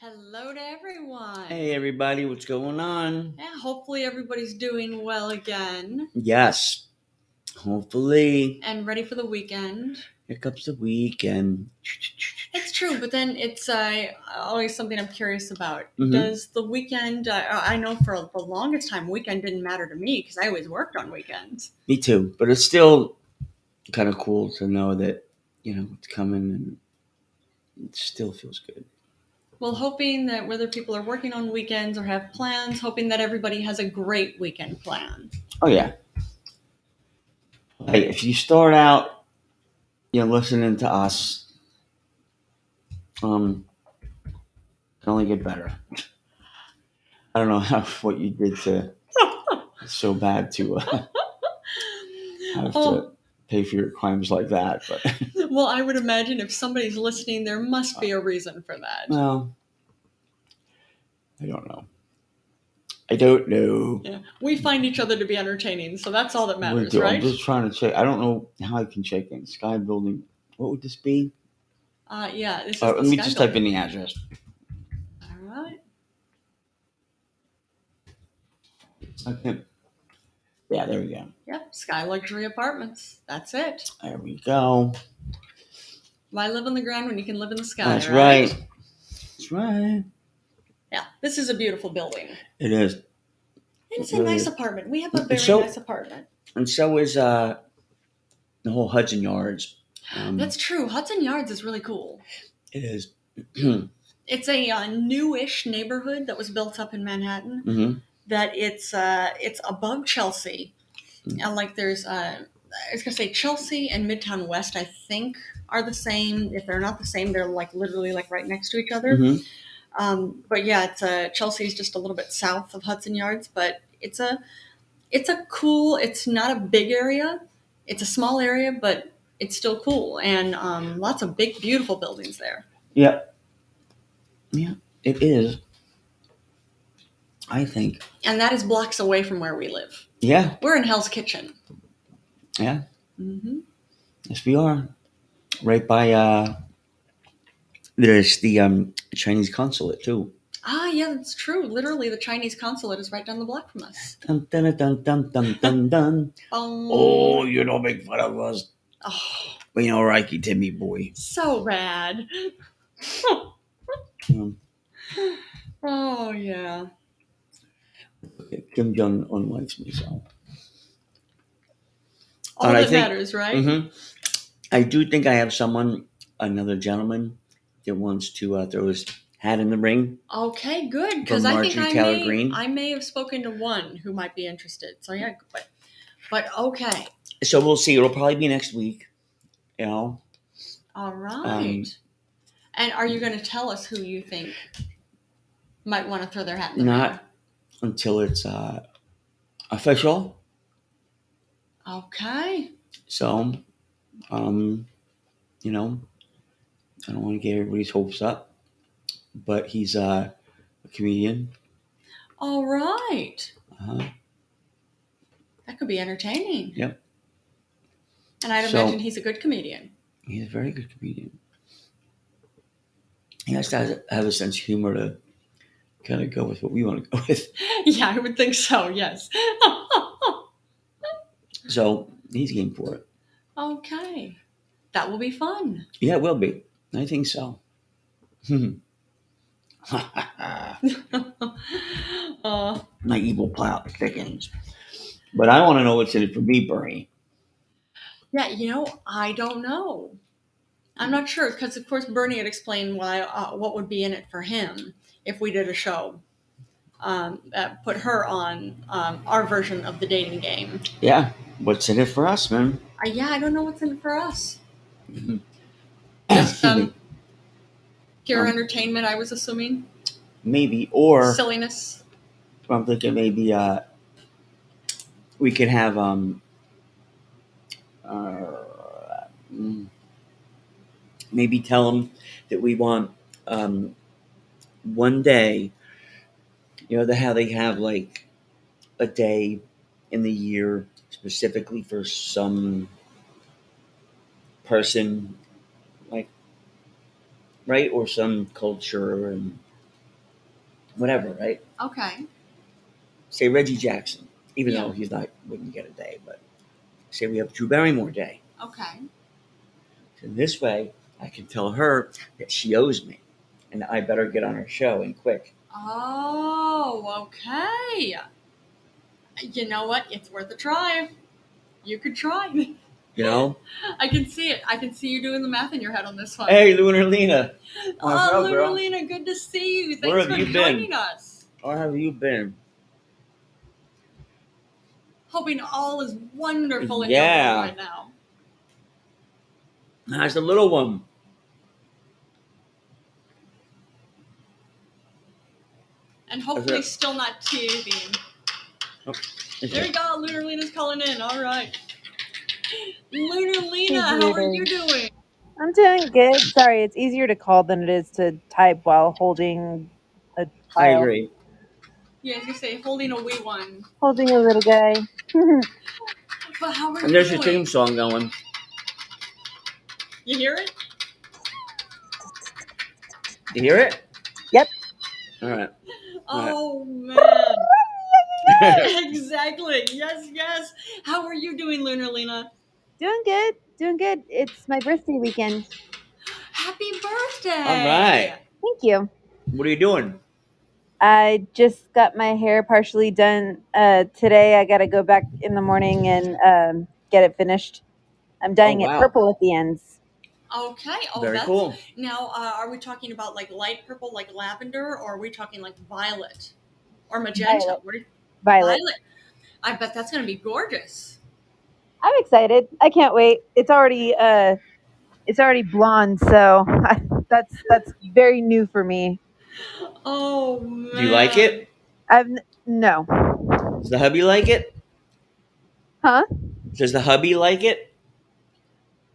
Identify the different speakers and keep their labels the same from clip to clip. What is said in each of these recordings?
Speaker 1: Hello to everyone.
Speaker 2: Hey everybody, what's going on?
Speaker 1: Yeah, hopefully everybody's doing well again
Speaker 2: Yes, hopefully
Speaker 1: and ready for the weekend.
Speaker 2: here comes the weekend.
Speaker 1: It's true, but then it's uh, always something I'm curious about.
Speaker 2: Mhm.
Speaker 1: Does the weekend? Uh, I know for the longest time, weekend didn't matter to me because I always worked on weekends.
Speaker 2: Me too, but it's still kind of cool to know that you know it's coming and it still feels good.
Speaker 1: Well, hoping that whether people are working on weekends or have plans, hoping that everybody has a great weekend plan.
Speaker 2: Oh yeah. Hey, if you start out, you know, listening to us, um, it can only get better. I don't know how what you did to so bad to uh, have to
Speaker 1: Oh,
Speaker 2: pay for your crimes like that, but
Speaker 1: well, I would imagine if somebody's listening, there must be a reason for that.
Speaker 2: well, I don't know. I don't know.
Speaker 1: Yeah. We find each other to be entertaining, so that's all that
Speaker 2: What
Speaker 1: matters,
Speaker 2: do-
Speaker 1: right?
Speaker 2: I'm just trying to check. I don't know how I can check in sky building. What would this be?
Speaker 1: Uh, yeah, this is
Speaker 2: All right,
Speaker 1: the
Speaker 2: let me
Speaker 1: sky
Speaker 2: just
Speaker 1: building.
Speaker 2: type in the address.
Speaker 1: All right.
Speaker 2: Okay. Yeah, there we go.
Speaker 1: Yep, Sky Luxury Apartments. That's it.
Speaker 2: There we go.
Speaker 1: Why live on the ground when you can live in the sky?
Speaker 2: That's right. That's right.
Speaker 1: Yeah, this is a beautiful building.
Speaker 2: It is.
Speaker 1: It's
Speaker 2: It
Speaker 1: a
Speaker 2: really
Speaker 1: nice
Speaker 2: is.
Speaker 1: apartment. We have a very
Speaker 2: So-
Speaker 1: nice apartment.
Speaker 2: And so is uh the whole Hudson Yards. Um,
Speaker 1: That's true. Hudson Yards is really cool.
Speaker 2: it is. Mhm.
Speaker 1: It's a uh, newish neighborhood that was built up in Manhattan. That it's uh, it's above Chelsea,
Speaker 2: Mm.
Speaker 1: and like there's uh, I was gonna say Chelsea and Midtown West. I think are the same. If they're not the same, they're like literally like right next to each other.
Speaker 2: Mhm.
Speaker 1: Um, but yeah, it's uh, Chelsea's just a little bit south of Hudson Yards, but it's a it's a cool. It's not a big area. It's a small area, but it's still cool, and um, lots of big, beautiful buildings there.
Speaker 2: Yep. Yeah, it is. I think.
Speaker 1: And that is blocks away from where we live.
Speaker 2: Yeah.
Speaker 1: We're in Hell's Kitchen.
Speaker 2: Yeah.
Speaker 1: Mm-hmm.
Speaker 2: Yes, we are. Right by uh there's the um Chinese consulate too.
Speaker 1: Ah, yeah, that's true. Literally, the Chinese consulate is right down the block from us.
Speaker 2: Dun, dun, dun, dun, dun, dun, dun.
Speaker 1: Um,
Speaker 2: Oh, you don't make fun of us.
Speaker 1: oh,
Speaker 2: Well, you know, Reiki Timmy boy.
Speaker 1: so rad.
Speaker 2: Um,
Speaker 1: Oh yeah.
Speaker 2: Kim Jong Un likes me so.
Speaker 1: All
Speaker 2: And I
Speaker 1: that
Speaker 2: think-
Speaker 1: matters, right?
Speaker 2: Mhm. I do think I have someone, another gentleman, that wants to uh, throw his hat in the ring.
Speaker 1: Okay, good. Because
Speaker 2: Mm-hmm. From
Speaker 1: I think
Speaker 2: Marjorie
Speaker 1: I
Speaker 2: Taylor
Speaker 1: may,
Speaker 2: Greene.
Speaker 1: I may have spoken to one who might be interested. So yeah, but but okay,
Speaker 2: So we'll see. It'll probably be next week. You know,
Speaker 1: all
Speaker 2: Um,
Speaker 1: right. and are you going to tell us who you think might want to throw their hat in the
Speaker 2: not until it's uh, official.
Speaker 1: ring? Okay,
Speaker 2: So, um, you know, I don't want to get everybody's hopes up, but he's uh, a comedian.
Speaker 1: all right.
Speaker 2: Uh-huh.
Speaker 1: That could be entertaining.
Speaker 2: Yep.
Speaker 1: And I'd
Speaker 2: So-
Speaker 1: imagine he's a good comedian.
Speaker 2: He's a very good comedian. He has to have- have a sense of humor to kind of go with what we want to go with.
Speaker 1: yeah, I would think so. Yes.
Speaker 2: So he's game for it.
Speaker 1: okay, that will be fun.
Speaker 2: Yeah, it will be. I think so.
Speaker 1: uh,
Speaker 2: My evil plot thickens. But I want to know what's in it for me, Bernie.
Speaker 1: Yeah, you know, I don't know. I'm not sure because, of course, Bernie had explained why uh, what would be in it for him if we did a show um, that put her on um, our version of the dating game.
Speaker 2: Yeah, what's in it for us, man?
Speaker 1: Uh, yeah, I don't know what's in it for us. Just
Speaker 2: Excuse me.
Speaker 1: um, pure
Speaker 2: Um,
Speaker 1: entertainment, I was assuming.
Speaker 2: maybe, or
Speaker 1: Silliness.
Speaker 2: I'm thinking maybe uh, we could have um, uh, mm, maybe tell them that we want um, one day. You know the, how they have like a day in the year specifically for some person, like right or some culture and whatever, right?
Speaker 1: Okay.
Speaker 2: Say Reggie Jackson, even
Speaker 1: Yeah.
Speaker 2: though he's not wouldn't get a day, but say we have Drew Barrymore Day.
Speaker 1: Okay.
Speaker 2: And this way, I can tell her that she owes me, and I better get on her show and quick.
Speaker 1: Oh, okay. You know what? It's worth a try. You could try.
Speaker 2: You know,
Speaker 1: I can see it. I can see you doing the math in your head on this one.
Speaker 2: hey, Lunar Lena, what's
Speaker 1: oh,
Speaker 2: up, girl?
Speaker 1: Luna, good to see you. Thanks
Speaker 2: Where have
Speaker 1: for
Speaker 2: you been?
Speaker 1: joining us.
Speaker 2: how have you been?
Speaker 1: Hoping all is wonderful in
Speaker 2: Yeah.
Speaker 1: your world right now.
Speaker 2: How's the little one?
Speaker 1: And hopefully
Speaker 2: it.
Speaker 1: still not teething.
Speaker 2: Is
Speaker 1: There
Speaker 2: it-
Speaker 1: you go. Lunar Lena's calling in. All right. Lunar Lena, how are
Speaker 3: Luna.
Speaker 1: you doing?
Speaker 3: I'm doing good. Sorry, it's easier to call than it is to type while holding a
Speaker 2: I
Speaker 3: child,
Speaker 2: agree.
Speaker 1: Yeah, as you say, holding a wee one.
Speaker 3: holding a little guy.
Speaker 1: But how are
Speaker 2: And
Speaker 1: you
Speaker 2: there's your theme
Speaker 1: doing?
Speaker 2: song going.
Speaker 1: You hear it?
Speaker 2: You hear it?
Speaker 3: yep.
Speaker 2: All right.
Speaker 1: Oh man.
Speaker 2: All
Speaker 1: exactly. Yes, yes. How are you doing, Lunar Lena?
Speaker 3: Doing good. Doing good. It's my birthday weekend.
Speaker 1: Happy birthday.
Speaker 2: right.
Speaker 3: Thank you.
Speaker 2: What are you doing?
Speaker 3: I just got my hair partially done uh, today. I got to go back in the morning and um, get it finished. I'm
Speaker 2: Oh
Speaker 3: dyeing it
Speaker 2: wow,
Speaker 3: purple at the ends.
Speaker 1: Okay. Oh,
Speaker 2: very
Speaker 1: that's
Speaker 2: cool.
Speaker 1: now. Uh, are we talking about like light purple, like lavender, or are we talking like violet or magenta?
Speaker 3: Violet.
Speaker 1: What are you,
Speaker 3: Violet.
Speaker 1: violet. I bet that's gonna be gorgeous.
Speaker 3: I'm excited. I can't wait. It's already uh, it's already blonde, so I, that's that's very new for me.
Speaker 1: Oh
Speaker 2: Do you like
Speaker 1: man.
Speaker 2: it?
Speaker 3: I've n- no,
Speaker 2: Does the hubby like it?
Speaker 3: huh?
Speaker 2: Does the hubby like it?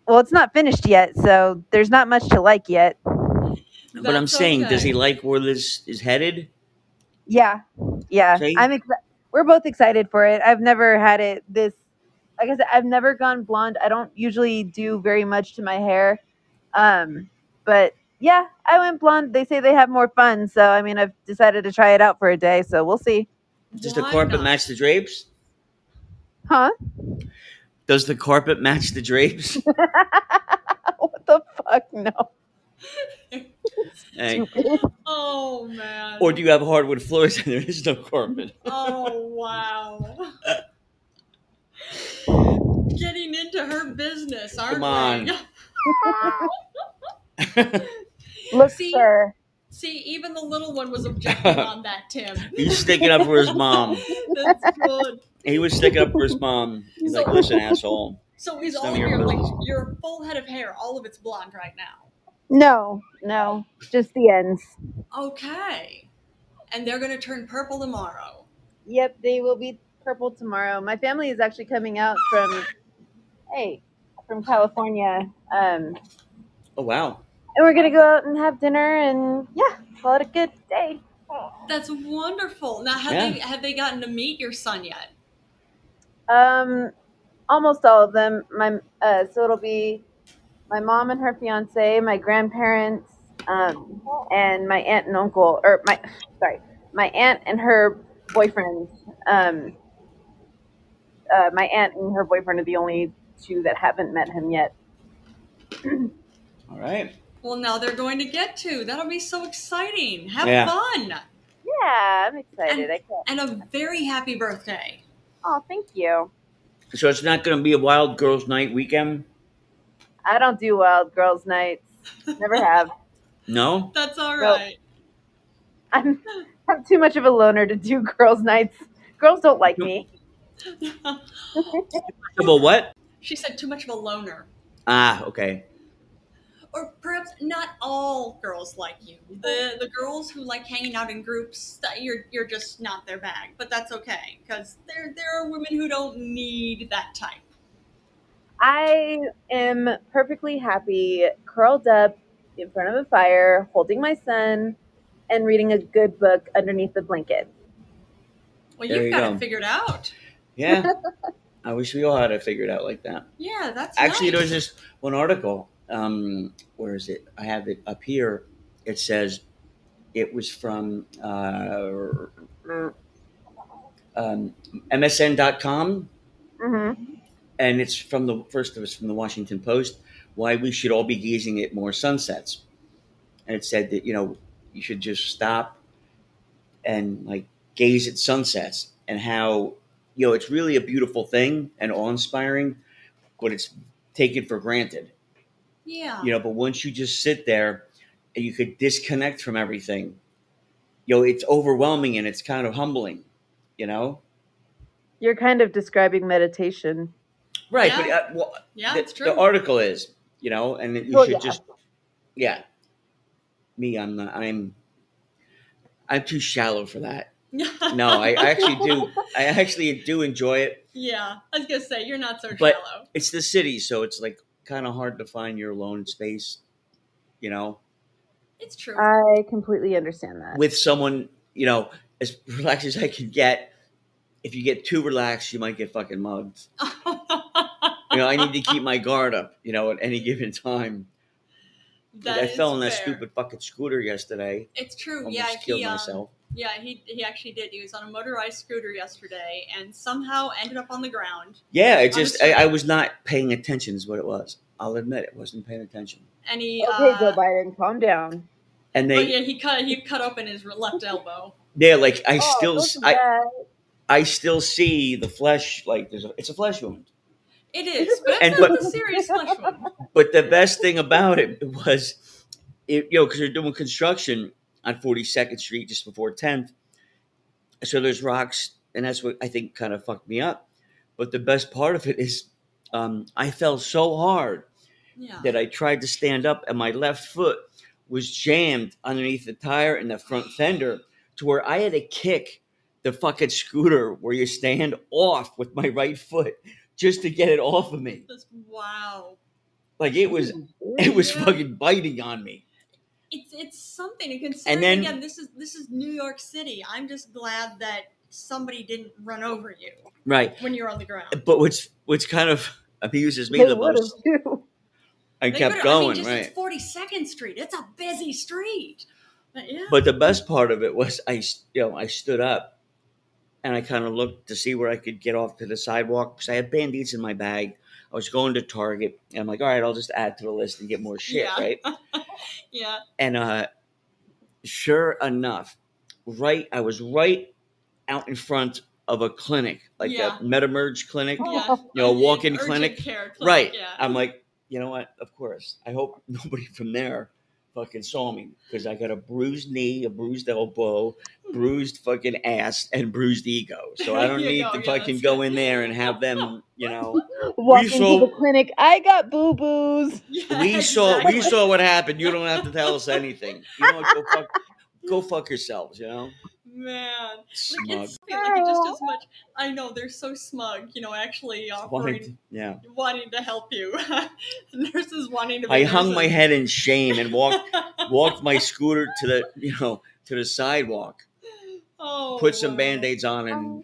Speaker 3: Well, it's not finished yet, so there's not much to like yet.
Speaker 2: But I'm
Speaker 1: That's
Speaker 2: saying, does he
Speaker 1: okay.
Speaker 2: like where this is headed?
Speaker 3: Yeah, yeah.
Speaker 2: See?
Speaker 3: I'm. Ex- we're both excited for it. I've never had it this. Like I said, I've never gone blonde. I don't usually do very much to my hair, um, but yeah, I went blonde. They say they have more fun, so I mean, I've decided to try it out for a day. So we'll see,
Speaker 2: Does the
Speaker 1: Why
Speaker 2: carpet
Speaker 1: not?
Speaker 2: match the drapes?
Speaker 3: huh?
Speaker 2: Does the carpet match the drapes?
Speaker 3: what the fuck? No,
Speaker 2: Hey.
Speaker 3: stupid.
Speaker 1: Oh
Speaker 2: Or
Speaker 1: man.
Speaker 2: do you have hardwood floors and there is no carpet?
Speaker 1: Oh wow. Getting into her business,
Speaker 2: Come
Speaker 1: aren't we?
Speaker 2: on.
Speaker 3: Look,
Speaker 1: see,
Speaker 3: sir.
Speaker 1: see, even the little one was objecting on that, Tim.
Speaker 2: He's sticking up for his mom.
Speaker 1: That's good.
Speaker 2: He was sticking up for his mom. He's like,
Speaker 1: So,
Speaker 2: listen, asshole,
Speaker 1: so is
Speaker 2: it's
Speaker 1: all
Speaker 2: none of
Speaker 1: of
Speaker 2: your
Speaker 1: your like
Speaker 2: business.
Speaker 1: your full head of hair, all of it's blonde right now.
Speaker 3: No, no, just the ends.
Speaker 1: Okay, and they're gonna turn purple tomorrow.
Speaker 3: Yep, they will be purple tomorrow. My family is actually coming out from hey from California, um, and
Speaker 2: Oh, wow.
Speaker 3: we're gonna go out and have dinner and yeah, call it a good day.
Speaker 1: That's wonderful. Now, have
Speaker 2: Yeah.
Speaker 1: they have they gotten to meet your son yet?
Speaker 3: Um, almost all of them. My uh, so it'll be my mom and her fiance, my grandparents, um, and my aunt and uncle, or my sorry, my aunt and her boyfriend. Um, uh, my aunt and her boyfriend are the only two that haven't met him yet.
Speaker 2: All right.
Speaker 1: Well, now they're going to get to. That'll be so exciting. Have
Speaker 2: Yeah.
Speaker 1: fun
Speaker 3: Yeah, I'm
Speaker 1: and
Speaker 3: excited. I
Speaker 1: and
Speaker 3: can't.
Speaker 1: a very happy birthday.
Speaker 3: Oh, thank you.
Speaker 2: So it's not going to be a wild girls' night weekend?
Speaker 3: I don't do wild girls' nights. Never have.
Speaker 2: No?
Speaker 1: That's all
Speaker 3: Nope.
Speaker 1: right.
Speaker 3: I'm I'm too much of a loner to do girls' nights. Girls don't like me.
Speaker 2: Well, what?
Speaker 1: she said too much of a loner.
Speaker 2: Ah, okay.
Speaker 1: Or perhaps not all girls like you. The the girls who like hanging out in groups, that you're you're just not their bag. But that's okay because there there are women who don't need that type.
Speaker 3: I am perfectly happy curled up in front of a fire, holding my son, and reading a good book underneath the blanket.
Speaker 1: Well,
Speaker 2: There
Speaker 1: you've
Speaker 2: you
Speaker 1: got it
Speaker 2: go.
Speaker 1: figured out.
Speaker 2: Yeah. I wish we all had it figured out like that.
Speaker 1: Yeah, that's
Speaker 2: Actually,
Speaker 1: nice.
Speaker 2: there's this one article. Um, where is it? I have it up here. It says It was from uh, um, MSN.com,
Speaker 3: Mm-hmm.
Speaker 2: and it's from the first of it's from the Washington Post. Why we should all be gazing at more sunsets, and it said that you know you should just stop and like gaze at sunsets and how you know it's really a beautiful thing and awe inspiring, but it's taken for granted.
Speaker 1: Yeah.
Speaker 2: you know but once you just sit there and you could disconnect from everything you know it's overwhelming and it's kind of humbling you know
Speaker 3: You're kind of describing meditation.
Speaker 2: right
Speaker 1: Yeah.
Speaker 2: but uh, well,
Speaker 1: Yeah,
Speaker 2: the,
Speaker 1: it's true.
Speaker 2: the article is you know and that you
Speaker 3: Well,
Speaker 2: should
Speaker 3: yeah.
Speaker 2: just yeah me i'm not i'm i'm too shallow for that no I, I actually do i actually do enjoy it
Speaker 1: yeah, I was gonna say you're not so
Speaker 2: But-
Speaker 1: shallow.
Speaker 2: it's the city so it's like kind of hard to find your alone space you know
Speaker 1: It's true.
Speaker 3: I completely understand that.
Speaker 2: with someone, you know, as relaxed as I can get. If you get too relaxed, you might get fucking mugged. You know, I need to keep my guard up, you know, at any given time. Like,
Speaker 1: That
Speaker 2: I
Speaker 1: is
Speaker 2: fell on that
Speaker 1: fair.
Speaker 2: stupid fucking scooter yesterday.
Speaker 1: It's true.
Speaker 2: Almost
Speaker 1: Yeah,
Speaker 2: killed
Speaker 1: he, um,
Speaker 2: myself.
Speaker 1: yeah, he he actually did. He was on a motorized scooter yesterday and somehow ended up on the ground.
Speaker 2: Yeah, it
Speaker 1: I'm
Speaker 2: just, I,
Speaker 1: sorry.
Speaker 2: I was not paying attention, is what it was. I'll admit it, wasn't paying attention.
Speaker 1: And he,
Speaker 3: Okay,
Speaker 1: uh,
Speaker 3: Joe Biden, calm down.
Speaker 2: And
Speaker 1: but
Speaker 2: they,
Speaker 1: yeah, he cut he cut open his left elbow.
Speaker 2: they're like, I
Speaker 3: Oh,
Speaker 2: still,
Speaker 3: look at
Speaker 2: I,
Speaker 3: that.
Speaker 2: I still see the flesh, like, there's a, it's a flesh wound.
Speaker 1: It is, but it's
Speaker 2: And
Speaker 1: not
Speaker 2: what-
Speaker 1: a serious flesh wound.
Speaker 2: But the best thing about it was, it, you know, because they're doing construction on 42nd Street just before 10th. So there's rocks, and that's what I think kind of fucked me up. But the best part of it is, um, I fell so hard
Speaker 1: Yeah.
Speaker 2: that I tried to stand up, and my left foot was jammed underneath the tire and the front fender to where I had to kick the fucking scooter where you stand off with my right foot just to get it off of me.
Speaker 1: Just- wow.
Speaker 2: Like it was it was
Speaker 1: Yeah.
Speaker 2: fucking biting on me.
Speaker 1: It's it's something. And considering
Speaker 2: then-
Speaker 1: again, this is this is New York City. I'm just glad that somebody didn't run over you
Speaker 2: Right.
Speaker 1: when you're on the ground.
Speaker 2: But what's what's kind of amuses me
Speaker 3: They
Speaker 2: the
Speaker 3: would've,
Speaker 2: most
Speaker 3: too.
Speaker 2: I
Speaker 1: They
Speaker 2: kept
Speaker 1: could've- I
Speaker 2: going,
Speaker 1: mean, just,
Speaker 2: right.
Speaker 1: It's 42nd Street. It's a busy street. But yeah.
Speaker 2: But the best part of it was I s- you know, I stood up and I kind of looked to see where I could get off to the sidewalk because I had band-aids in my bag. I was going to Target and I'm like, all right, I'll just add to the list and get more shit,
Speaker 1: Yeah.
Speaker 2: right?
Speaker 1: yeah.
Speaker 2: And uh sure enough, right I was right out in front of a clinic, like
Speaker 1: Yeah. Oh,
Speaker 2: a Metamerge clinic.
Speaker 1: Yeah.
Speaker 2: You know,
Speaker 1: An
Speaker 2: walk-in
Speaker 1: urgent
Speaker 2: clinic.
Speaker 1: care clinic,
Speaker 2: Right. Uh,
Speaker 1: Yeah.
Speaker 2: I'm like, you know what? Of course. I hope nobody from there fucking saw me because I got a bruised knee, a bruised elbow, bruised fucking ass, and bruised ego. So I don't
Speaker 1: There
Speaker 2: need
Speaker 1: you go.
Speaker 2: to
Speaker 1: Yeah,
Speaker 2: fucking
Speaker 1: that's
Speaker 2: go
Speaker 1: good.
Speaker 2: in there and have them, you know.
Speaker 3: Walking
Speaker 2: saw-
Speaker 3: to the clinic, I got boo boos.
Speaker 1: Yeah,
Speaker 2: We saw we
Speaker 1: exactly.
Speaker 2: saw what happened. You don't have to tell us anything. You know, what? go fuck go fuck yourselves, you know?
Speaker 1: Man. Like,
Speaker 2: Smug.
Speaker 1: it's, like it just as much. I know they're so smug, you know, actually offering,
Speaker 2: Wanted- Yeah.
Speaker 1: wanting to help you. nurses wanting to. Be
Speaker 2: I hung
Speaker 1: nurses.
Speaker 2: my head in shame and walked walked my scooter to the you know, to the sidewalk.
Speaker 1: oh,
Speaker 2: put some
Speaker 1: wow.
Speaker 2: band-aids on and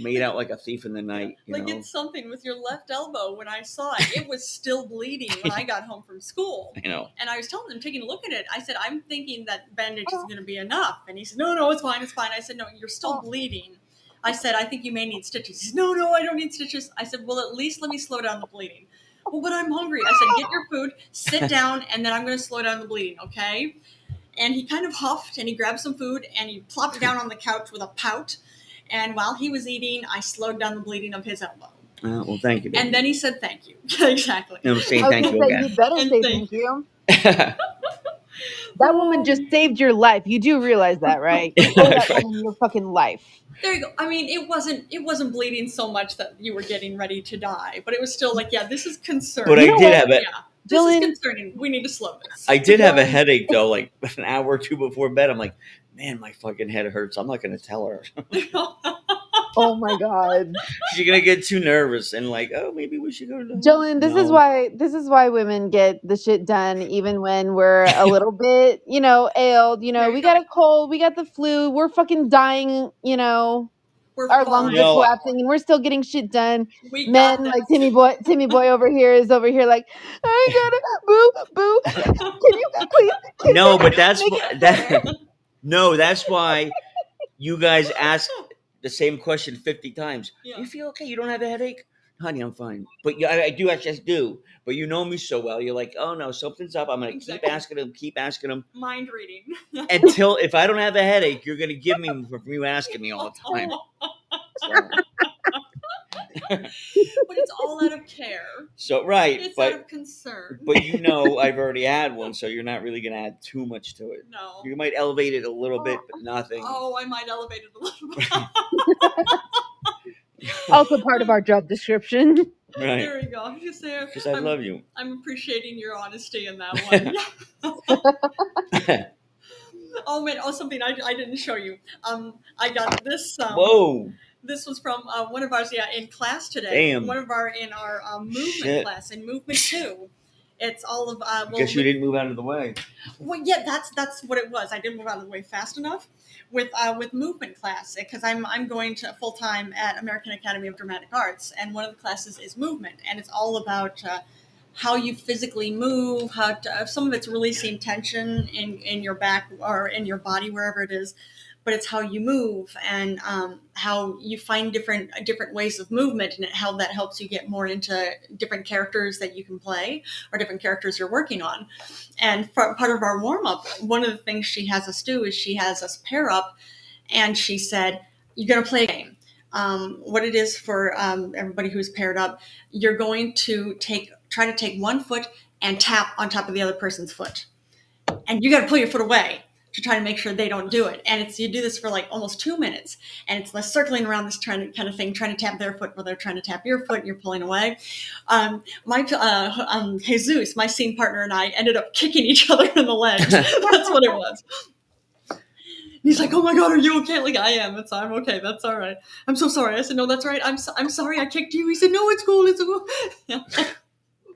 Speaker 2: made out like a thief in the night you
Speaker 1: Like
Speaker 2: know
Speaker 1: it's something with your left elbow. When I saw it, it was still bleeding when I got home from school.
Speaker 2: you know
Speaker 1: And I was telling him, taking a look at it, I said, I'm thinking that bandage is going to be enough. And he said, No, no, it's fine, it's fine. I said, No, you're still bleeding. I said, I think you may need stitches. He says, No, no, I don't need stitches. I said, Well, at least let me slow down the bleeding. Well, but I'm hungry. I said, Get your food, sit down, and then I'm going to slow down the bleeding, okay? And he kind of huffed and he grabbed some food and he plopped down on the couch with a pout. And while he was eating, I slowed down the bleeding of his elbow.
Speaker 2: Uh, well thank you baby.
Speaker 1: And then he said, Thank you. exactly.
Speaker 2: and i'm saying
Speaker 3: I was
Speaker 2: thank
Speaker 3: gonna
Speaker 2: you
Speaker 3: say,
Speaker 2: again
Speaker 3: you better
Speaker 1: And
Speaker 3: say
Speaker 1: thank
Speaker 3: thank you.
Speaker 2: that's
Speaker 3: That woman just saved your life. You do realize that, right? You owe that
Speaker 2: right.
Speaker 3: woman your fucking life.
Speaker 1: There you go. I mean, it wasn't it wasn't bleeding so much that you were getting ready to die, but it was still like, yeah, this is concerning.
Speaker 2: but i
Speaker 3: know
Speaker 2: did
Speaker 3: what?
Speaker 2: have
Speaker 1: yeah,
Speaker 2: a
Speaker 1: this is
Speaker 3: Dylan-
Speaker 1: concerning. We need to slow this.
Speaker 2: i did have a
Speaker 3: Dylan-
Speaker 2: headache though like an hour or two before bed i'm like man my fucking head hurts i'm not gonna tell her
Speaker 3: Oh my god.
Speaker 2: she's gonna get too nervous and like oh maybe we should go to the
Speaker 3: Jolene, this is
Speaker 2: No.
Speaker 3: why this is why women get the shit done even when we're a little bit, you know, ailed. You
Speaker 1: There
Speaker 3: know,
Speaker 1: you
Speaker 3: we
Speaker 1: go.
Speaker 3: got a cold, we got the flu, we're fucking dying, you know,
Speaker 1: We're
Speaker 3: our
Speaker 1: fine.
Speaker 3: lungs
Speaker 2: You
Speaker 3: are
Speaker 2: know-
Speaker 3: collapsing and we're still getting shit done.
Speaker 1: We got
Speaker 3: Men
Speaker 1: this.
Speaker 3: like Timmy Boy Timmy Boy over here is over here like, I gotta boo, boo. Can you please
Speaker 2: no but that's
Speaker 3: Make
Speaker 2: wh- that No, that's why you guys asked the same question 50 times.
Speaker 1: Yeah.
Speaker 2: You feel okay? You don't have a headache? Honey, I'm fine. But yeah, I, I do, I just do. But you know me so well. You're like, oh no, something's up. I'm going to
Speaker 1: Exactly.
Speaker 2: keep asking them, keep asking them
Speaker 1: Mind reading.
Speaker 2: until if I don't have a headache, you're going to give me from you asking me all the time. So,
Speaker 1: but it's all out of care.
Speaker 2: so, right.
Speaker 1: It's
Speaker 2: but
Speaker 1: out of concern.
Speaker 2: but you know I've already had one, so you're not really going to add too much to it.
Speaker 1: no.
Speaker 2: You might elevate it a little bit, but nothing.
Speaker 1: Oh, I might elevate it a little bit.
Speaker 3: Also part of our job description.
Speaker 2: Right.
Speaker 1: There we go. I'm just saying.
Speaker 2: Because I
Speaker 1: I'm-
Speaker 2: love you.
Speaker 1: I'm appreciating your honesty in that one. oh man! Oh, something I, I didn't show you. Um, I got this. Um,
Speaker 2: Whoa.
Speaker 1: This was from uh, one of ours. Yeah, in class today.
Speaker 2: Damn.
Speaker 1: One of our in our um, movement
Speaker 2: Shit.
Speaker 1: class in movement two. It's all of. Uh, well,
Speaker 2: Guess you didn't move out of the way.
Speaker 1: Well, yeah, that's that's what it was. I didn't move out of the way fast enough with uh, with movement class because I'm I'm going to full time at American Academy of Dramatic Arts, and one of the classes is movement, and it's all about uh, how you physically move, how to, uh, some of it's releasing tension in in your back or in your body wherever it is, but it's how you move and um, how you find different different ways of movement and how that helps you get more into different characters that you can play or different characters you're working on. And for, part of our warm up, one of the things she has us do is she has us pair up, and she said, "You're going to play a game. Um, what it is for um, everybody who's paired up, you're going to take try to take one foot and tap on top of the other person's foot, and you got to pull your foot away." To try to make sure they don't do it, and it's you do this for like almost two minutes, and it's like circling around this trying to, kind of thing, trying to tap their foot while they're trying to tap your foot, and you're pulling away. Um, my uh, um, Jesus, my scene partner, and I ended up kicking each other in the legs. That's what it was. And he's like, "Oh my God, are you okay?" Like, I am. It's I'm okay. That's all right. I'm so sorry. I said, "No, that's right. I'm so, I'm sorry. I kicked you." He said, "No, it's cool. It's cool."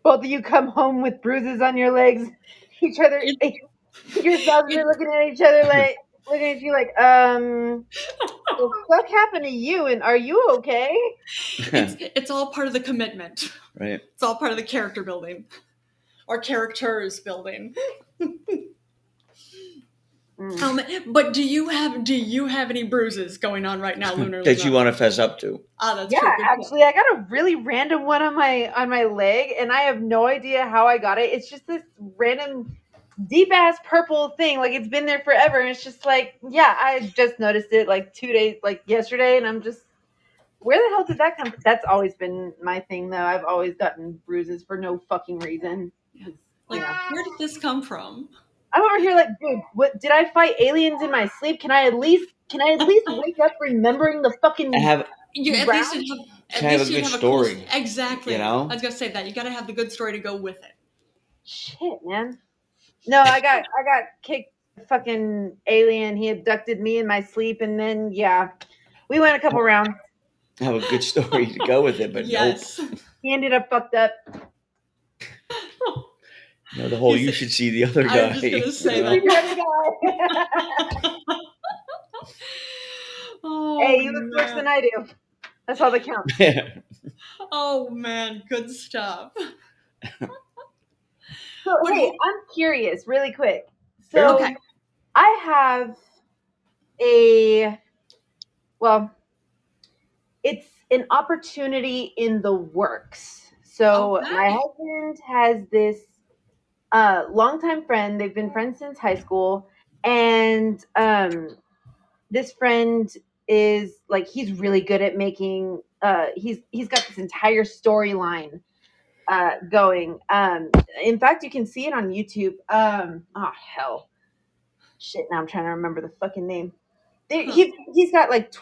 Speaker 3: Both of you come home with bruises on your legs. Each other, yourselves are looking at each other like, looking at you like, um, what the fuck happened to you? And are you okay?
Speaker 1: It's all part of the commitment.
Speaker 2: right.
Speaker 1: It's all part of the character building, or characters building.
Speaker 3: Mm.
Speaker 1: Um, but do you have do you have any bruises going on right now, Lunar?
Speaker 2: That
Speaker 1: Luna?
Speaker 2: you want to fess up to.
Speaker 1: Ah, that's true.
Speaker 3: Yeah,
Speaker 1: Good point.
Speaker 3: actually, I got a really random one on my on my leg, and I have no idea how I got it. It's just this random deep ass purple thing, like it's been there forever, and it's just like, yeah, I just noticed it like two days, like yesterday, and I'm just, where the hell did that come? from? That's always been my thing, though. I've always gotten bruises for no fucking reason.
Speaker 1: Like,
Speaker 3: Yeah.
Speaker 1: where did this come from?
Speaker 3: I'm over here like, dude, what did I fight aliens in my sleep? Can I at least can I at least wake up remembering the fucking?
Speaker 1: Mm.
Speaker 2: I have
Speaker 1: You at
Speaker 3: Round?
Speaker 1: least you'd have, at
Speaker 2: To have
Speaker 1: least
Speaker 2: a
Speaker 1: you'd
Speaker 2: good
Speaker 1: have cool
Speaker 2: story,
Speaker 1: s- exactly.
Speaker 2: you know?
Speaker 1: I was gonna say that you got to have the good story to go with it.
Speaker 3: Shit, man. No, I got I got kicked fucking alien. He abducted me in my sleep and then yeah. We went a couple rounds.
Speaker 2: have a good story to go with it, but
Speaker 1: yes,
Speaker 3: He ended up fucked up.
Speaker 2: nope. No, the whole
Speaker 1: You
Speaker 2: you
Speaker 1: said-
Speaker 2: should see the other guy.
Speaker 1: I was just gonna say
Speaker 2: you
Speaker 1: that.
Speaker 2: know?
Speaker 1: Oh,
Speaker 3: hey, you look worse than
Speaker 1: man.
Speaker 3: I do. That's all that counts.
Speaker 1: Oh man, good stuff.
Speaker 3: So,
Speaker 1: What do
Speaker 3: hey,
Speaker 1: you-
Speaker 3: I'm curious, really quick. So
Speaker 1: Okay.
Speaker 3: I have a well, it's an opportunity in the works. So my
Speaker 1: Okay.
Speaker 3: husband has this uh, longtime friend. They've been friends since high school, and um, this friend is like he's really good at making. Uh, he's he's got this entire storyline uh, going. Um, in fact, you can see it on YouTube. Um, oh hell, shit! Now I'm trying to remember the fucking name. There, he he's got like tw-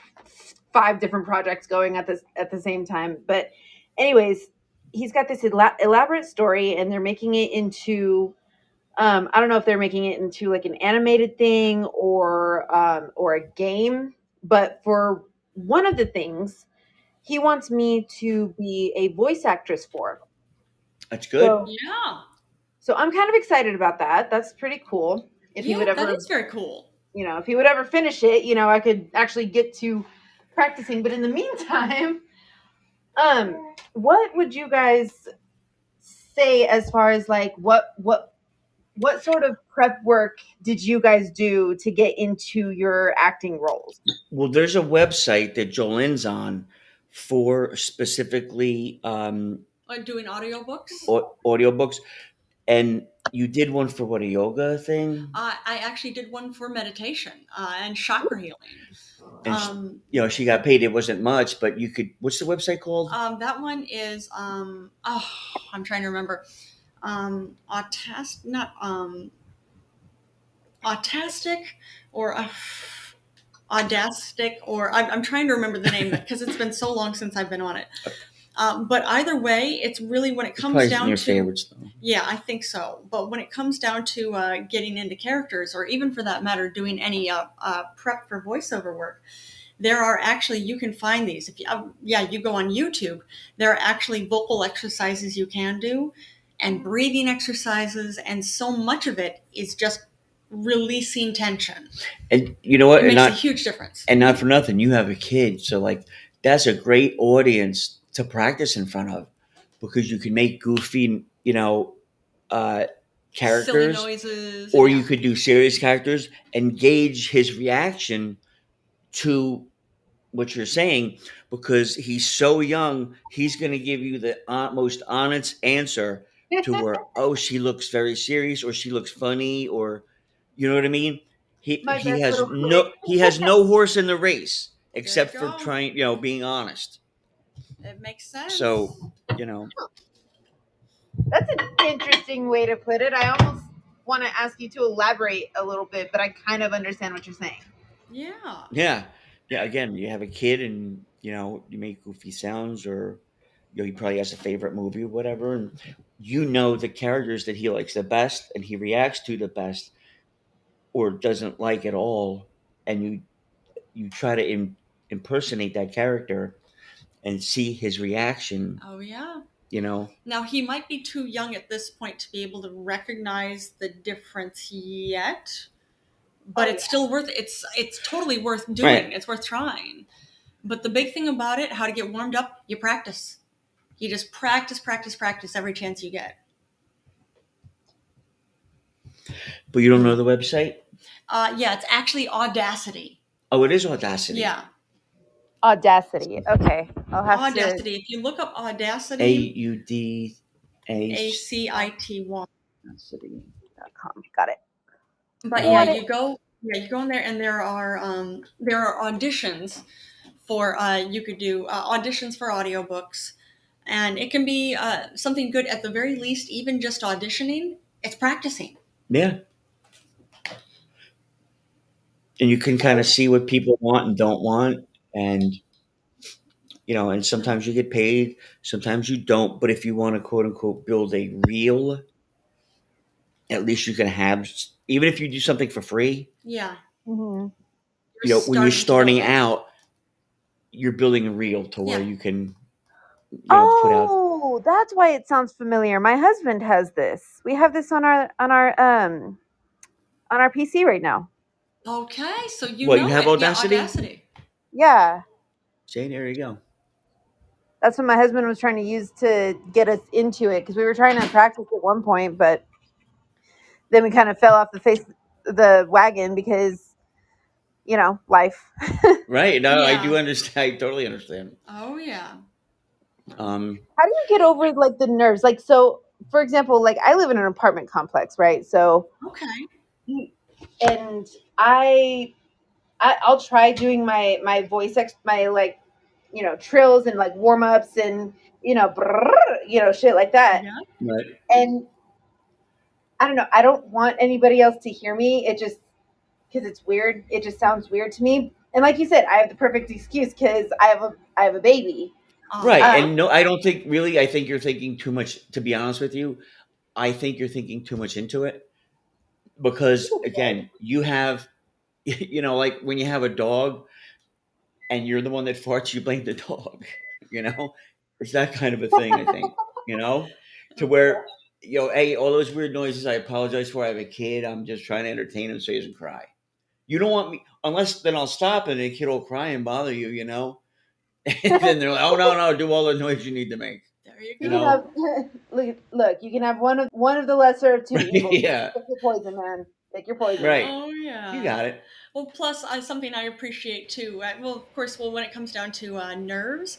Speaker 3: five different projects going at this at the same time. But, anyways, he's got this ela- elaborate story, and they're making it into. Um, I don't know if they're making it into like an animated thing or um, or a game, but for one of the things, he wants me to be a voice actress for.
Speaker 2: That's good.
Speaker 3: So,
Speaker 1: Yeah,
Speaker 3: so I'm kind of excited about that. That's pretty cool. If he
Speaker 1: Yeah,
Speaker 3: would ever,
Speaker 1: that is very cool.
Speaker 3: you know, if he would ever finish it, you know, I could actually get to practicing. But in the meantime, um, what would you guys say as far as like what what what sort of prep work did you guys do to get into your acting roles?
Speaker 2: Well, there's a website that Jolene's on for specifically um,
Speaker 1: Like Uh, doing audiobooks.
Speaker 2: au- audiobooks, and you did one for what a yoga thing.
Speaker 1: Uh, I actually did one for meditation uh, and chakra healing.
Speaker 2: And she-
Speaker 1: Um,
Speaker 2: you know, she got paid. It wasn't much, but you could. What's the website called?
Speaker 1: um, that one is um, oh, I'm trying to remember. Um, autas not um, autastic or uh, audastic or I'm, I'm trying to remember the name because it's been so long since I've been on it. Um, but either way, it's really when it
Speaker 2: It's
Speaker 1: comes
Speaker 2: probably
Speaker 1: down
Speaker 2: your
Speaker 1: to
Speaker 2: favorites though.
Speaker 1: Yeah, I think so. But when it comes down to uh, getting into characters, or even for that matter, doing any uh, uh, prep for voiceover work, there are actually you can find these. If you, uh, yeah, you go on YouTube, there are actually vocal exercises you can do,
Speaker 2: Mm-hmm.
Speaker 1: and breathing exercises, and so much of it is just releasing tension.
Speaker 2: And you know what?
Speaker 1: It
Speaker 2: And
Speaker 1: makes a
Speaker 2: not
Speaker 1: huge difference.
Speaker 2: and not for nothing. You have a kid, so like that's a great audience to practice in front of because you can make goofy, you know, uh, characters.
Speaker 1: silly noises,
Speaker 2: or
Speaker 1: yeah.
Speaker 2: you could do serious characters and gauge his reaction to what you're saying because he's so young he's going to give you the hon- most honest answer to where oh she looks very serious or she looks funny or you know what i mean he
Speaker 3: My
Speaker 2: he
Speaker 3: best
Speaker 2: has
Speaker 3: little
Speaker 2: no he has no horse in the race except
Speaker 1: you
Speaker 2: for
Speaker 1: go.
Speaker 2: trying you know being honest
Speaker 1: It makes sense.
Speaker 2: So- you know
Speaker 3: That's an interesting way to put it. I almost want to ask you to elaborate a little bit, but I kind of understand what you're saying.
Speaker 1: yeah.
Speaker 2: Yeah. Yeah. Again, you have a kid and, you know, you make goofy sounds or, you know, he probably has a favorite movie or whatever. And you know the characters that he likes the best and he reacts to the best or doesn't like at all. And you, you try to Im- impersonate that character and see his reaction,
Speaker 1: Oh yeah.
Speaker 2: you know?
Speaker 1: Now, he might be too young at this point to be able to recognize the difference yet, but
Speaker 3: Oh,
Speaker 1: it's
Speaker 3: yeah.
Speaker 1: still worth it's it's totally worth doing.
Speaker 2: Right.
Speaker 1: It's worth trying. But the big thing about it, how to get warmed up, you practice. You just practice, practice, practice every chance you get.
Speaker 2: But you don't know the website?
Speaker 1: Uh, yeah, it's actually Audacity.
Speaker 2: Oh, it is Audacity.
Speaker 1: Yeah,
Speaker 3: Audacity. Okay. I'll have to.
Speaker 1: Audacity. If you look up
Speaker 2: A
Speaker 1: Audacity,
Speaker 2: U D
Speaker 1: A
Speaker 2: A.
Speaker 1: C I T Y.
Speaker 3: com. Got it.
Speaker 1: But
Speaker 2: Oh,
Speaker 1: yeah,
Speaker 3: I-
Speaker 1: you go yeah, you go in there and there are um there are auditions for uh you could do uh, auditions for audiobooks and it can be uh something good at the very least even just auditioning, it's practicing.
Speaker 2: Yeah. And you can kind of see what people want and don't want. And, you know, and sometimes you get paid, sometimes you don't. But if you want to quote unquote build a reel, at least you can have, even if you do something for free,
Speaker 1: Yeah.
Speaker 3: hmm
Speaker 2: you know, when you're
Speaker 1: to
Speaker 2: starting
Speaker 1: go.
Speaker 2: out, you're building a reel to where
Speaker 1: Yeah.
Speaker 2: you can, you know, put out.
Speaker 3: Oh, that's why it sounds familiar. My husband has this. We have this on our on our um on our PC right now.
Speaker 1: Okay, so you
Speaker 2: What,
Speaker 1: know
Speaker 2: you have
Speaker 1: it. Yeah,
Speaker 2: Audacity?
Speaker 1: Audacity.
Speaker 3: Yeah.
Speaker 2: See, there you go.
Speaker 3: That's what my husband was trying to use to get us into it because we were trying to practice at one point, but then we kind of fell off the face the wagon because you know life.
Speaker 2: Right. No, I do
Speaker 1: Yeah.
Speaker 2: understand. I totally understand.
Speaker 1: Oh yeah.
Speaker 2: Um,
Speaker 3: How do you get over like the nerves? Like so, for example, like I live in an apartment complex, right? So
Speaker 1: Okay.
Speaker 3: and I, I I'll try doing my my voice ex my like you know trills and like warm ups and you know brrr, you know shit like that.
Speaker 1: Yeah.
Speaker 2: but
Speaker 3: And I don't know. I don't want anybody else to hear me. It just because it's weird. It just sounds weird to me. And like you said, I have the perfect excuse because I have a I have a baby.
Speaker 1: Um,
Speaker 2: Right.
Speaker 3: Uh,
Speaker 2: and no, I don't think really, I think you're thinking too much, to be honest with you. I think you're thinking too much into it because, again, you have, you know, like when you have a dog and you're the one that farts, you blame the dog, you know? It's that kind of a thing, I think, you know? To where, you know, hey, all those weird noises, I apologize for. I have a kid. I'm just trying to entertain him so he doesn't cry. You don't want me, unless then I'll stop and the kid will cry and bother you, you know? and then they're like, oh, no, no, do all the noise you need to make.
Speaker 1: There you
Speaker 3: You
Speaker 1: go.
Speaker 2: You know.
Speaker 3: can have look, look. You can have one of one of the lesser of two evils.
Speaker 2: yeah.
Speaker 3: Pick your poison, man. Pick your poison.
Speaker 2: Right.
Speaker 1: Oh yeah.
Speaker 2: You got it.
Speaker 1: Well, plus uh, something I appreciate too. Uh, well, of course, well when it comes down to uh, nerves,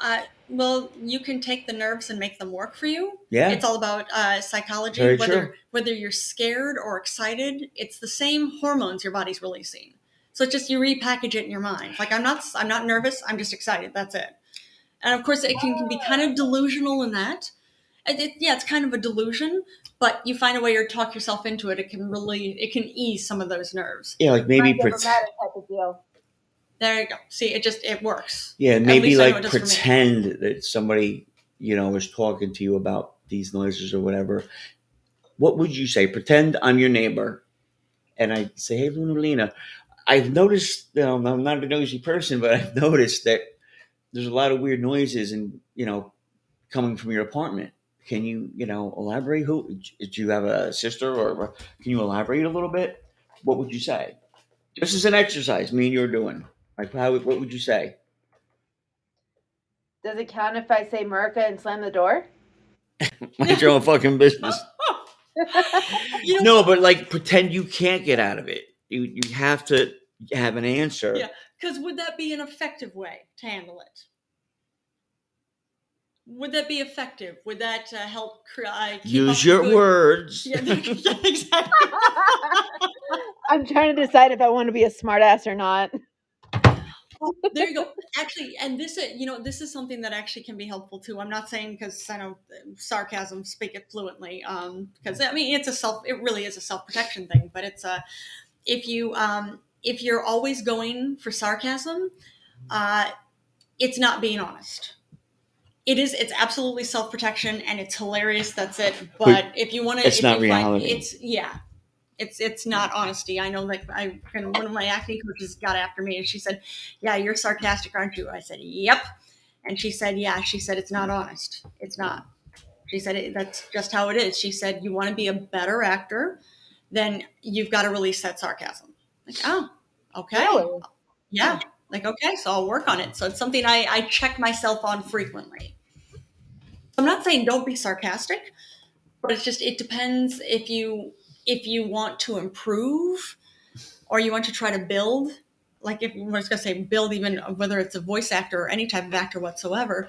Speaker 1: uh, well you can take the nerves and make them work for you.
Speaker 2: Yeah.
Speaker 1: It's all about uh, psychology.
Speaker 2: Very
Speaker 1: whether
Speaker 2: true.
Speaker 1: whether you're scared or excited, it's the same hormones your body's releasing. So it's just you repackage it in your mind. Like I'm not I'm not nervous. I'm just excited. That's it. And of course, it can, can be kind of delusional in that. It, it- yeah, it's kind of a delusion, but you find a way to talk yourself into it. It can really it can ease some of those nerves.
Speaker 2: Yeah, like maybe
Speaker 3: Mind over
Speaker 2: pret-
Speaker 3: matter type of deal.
Speaker 1: There you go. See, it just it works.
Speaker 2: yeah, maybe
Speaker 1: least I know
Speaker 2: like
Speaker 1: it does for
Speaker 2: pretend that somebody, you know, is talking to you about these noises or whatever. What would you say? Pretend I'm your neighbor and I say, "Hey, Luna Lena, I've noticed, you know, I'm not a noisy person, but I've noticed that there's a lot of weird noises and, you know, coming from your apartment. Can you, you know, elaborate who do you have a sister or can you elaborate a little bit? What would you say? This is an exercise me and you're doing. Like how what would you say?
Speaker 3: Does it count if I say Merca and slam the door?
Speaker 2: Mind your own fucking business.
Speaker 1: You know,
Speaker 2: No, but like pretend you can't get out of it. You you have to have an answer.
Speaker 1: Yeah. because would that be an effective way to handle it? Would that be effective? Would that uh, help? Cre- uh, keep up
Speaker 2: Use
Speaker 1: the
Speaker 2: your
Speaker 1: good-
Speaker 2: words.
Speaker 1: Yeah, yeah, exactly.
Speaker 3: I'm trying to decide if I want to be a smartass or not.
Speaker 1: there you go actually and this is you know this is something that actually can be helpful too i'm not saying because i know sarcasm speak it fluently um because i mean it's a self it really is a self-protection thing but it's a if you um if you're always going for sarcasm uh it's not being honest it is it's absolutely self-protection and it's hilarious that's it but, if you want to
Speaker 2: it's not reality.
Speaker 1: it's yeah it's it's not honesty i know like i and one of my acting coaches got after me and she said yeah, you're sarcastic, aren't you? I said, yep. And she said, yeah. She said, it's not honest. It's not. She said, it, that's just how it is. She said, you want to be a better actor, then you've got to release that sarcasm. Like, oh, okay.
Speaker 3: Really?
Speaker 1: Yeah. Like, okay, so I'll work on it. So it's something I, I check myself on frequently. I'm not saying don't be sarcastic, but it's just it depends if you if you want to improve or you want to try to build. Like if I was gonna say build even whether it's a voice actor or any type of actor whatsoever,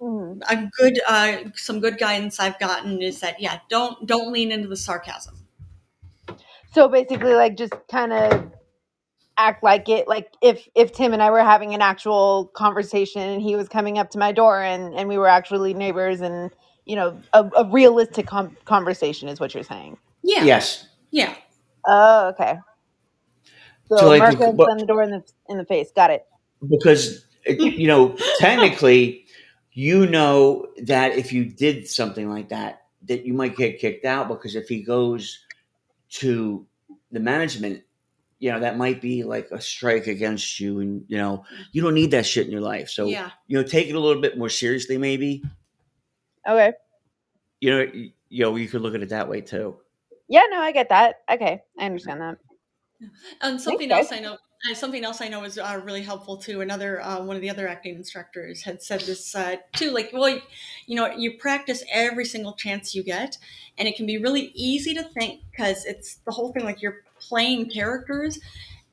Speaker 3: Mhm.
Speaker 1: a good uh, some good guidance I've gotten is that yeah, don't don't lean into the sarcasm.
Speaker 3: So basically, like, just kind of act like it. Like, if if Tim and I were having an actual conversation, and he was coming up to my door, and and we were actually neighbors, and you know, a, a realistic com- conversation is what you're saying.
Speaker 1: Yeah, yeah,
Speaker 2: Yes.
Speaker 3: Oh, okay. So,
Speaker 2: So, like,
Speaker 3: Merca
Speaker 2: the-
Speaker 3: and
Speaker 2: but-
Speaker 3: slam the door in the in the face. Got it.
Speaker 2: Because it- you know, technically you know that if you did something like that, that you might get kicked out because if he goes to the management, you know, that might be like a strike against you and you know, you don't need that shit in your life. So
Speaker 1: yeah.
Speaker 2: you know, take it a little bit more seriously, maybe.
Speaker 3: Okay.
Speaker 2: You know, y- you know, you could look at it that way too.
Speaker 3: Yeah. No, I get that. Okay, I understand that.
Speaker 1: And something
Speaker 3: so.
Speaker 1: else I know, uh, something else I know is uh, really helpful too. Another uh, one of the other acting instructors had said this uh, too. Like, well, you know, you practice every single chance you get, and it can be really easy to think because it's the whole thing. Like you're playing characters.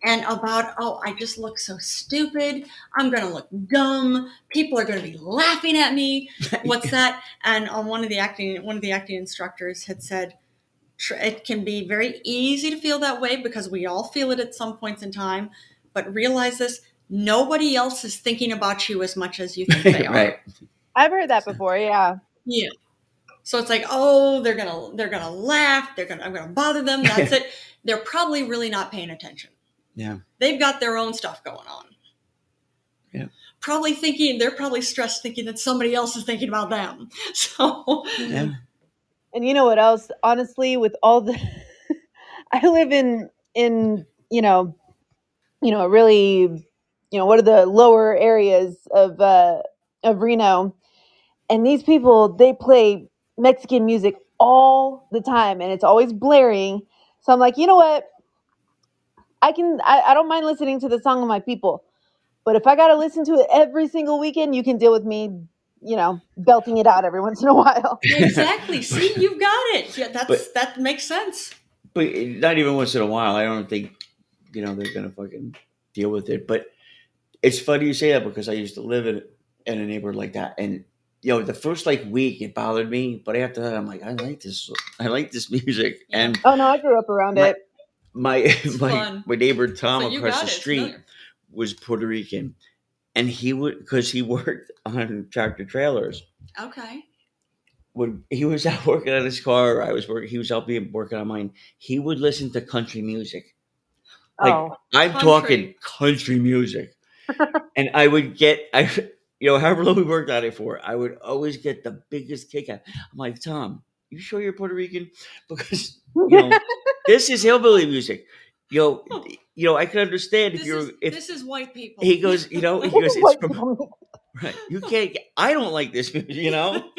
Speaker 1: And about, oh, I just look so stupid. I'm going to look dumb. People are going to be laughing at me. What's that? And on one of the acting, one of the acting instructors had said, tr- it can be very easy to feel that way because we all feel it at some points in time. But realize this: nobody else is thinking about you as much as you think they
Speaker 2: right.
Speaker 1: are.
Speaker 3: I've heard that before. Yeah.
Speaker 1: Yeah. So it's like, oh, they're gonna they're gonna laugh. They're gonna I'm gonna bother them. That's it. They're probably really not paying attention.
Speaker 2: Yeah.
Speaker 1: They've got their own stuff going on.
Speaker 2: Yeah.
Speaker 1: Probably thinking they're probably stressed, thinking that somebody else is thinking about them. So
Speaker 2: Yeah.
Speaker 3: And you know what else? Honestly, with all the I live in in, you know, you know, a really, you know, what are the lower areas of uh of Reno. And these people, they play Mexican music all the time and it's always blaring. So I'm like, you know what? I can I, I don't mind listening to the song of my people. But if I gotta listen to it every single weekend, you can deal with me you know, belting it out every once in a while.
Speaker 1: exactly. See, you've got it. Yeah, that's that makes sense.
Speaker 2: but eh, not even once in a while. I don't think you know they're gonna fucking deal with it. But it's funny you say that because I used to live in in a neighborhood like that, and yo, the first like week it bothered me, but after that I'm like, I like this, I like this music, and
Speaker 3: Oh no, I grew up around
Speaker 2: My-
Speaker 3: it.
Speaker 2: my my,
Speaker 1: fun.
Speaker 2: my neighbor Tom
Speaker 1: so you
Speaker 2: across
Speaker 1: got
Speaker 2: the
Speaker 1: it. It's
Speaker 2: street
Speaker 1: familiar.
Speaker 2: was Puerto Rican, and he would because he worked on tractor trailers.
Speaker 1: Okay.
Speaker 2: Would he was out working on his car, or I was working. He was out being working on mine. He would listen to country music. Like,
Speaker 3: oh,
Speaker 2: I'm
Speaker 1: Country.
Speaker 2: talking country music. and I would get I you know, however long we worked on it for, I would always get the biggest kick out. I'm like, Tom, you sure you're Puerto Rican? Because you know, this is hillbilly music. Yo, you know, I can understand
Speaker 1: Oh.
Speaker 2: if
Speaker 1: This
Speaker 2: you're
Speaker 1: is,
Speaker 2: if
Speaker 1: this is white people.
Speaker 2: he goes, you know, he
Speaker 3: This
Speaker 2: goes,
Speaker 3: is
Speaker 2: it's
Speaker 3: white
Speaker 2: from
Speaker 3: people.
Speaker 2: right. You can't get- I don't like this music, you know?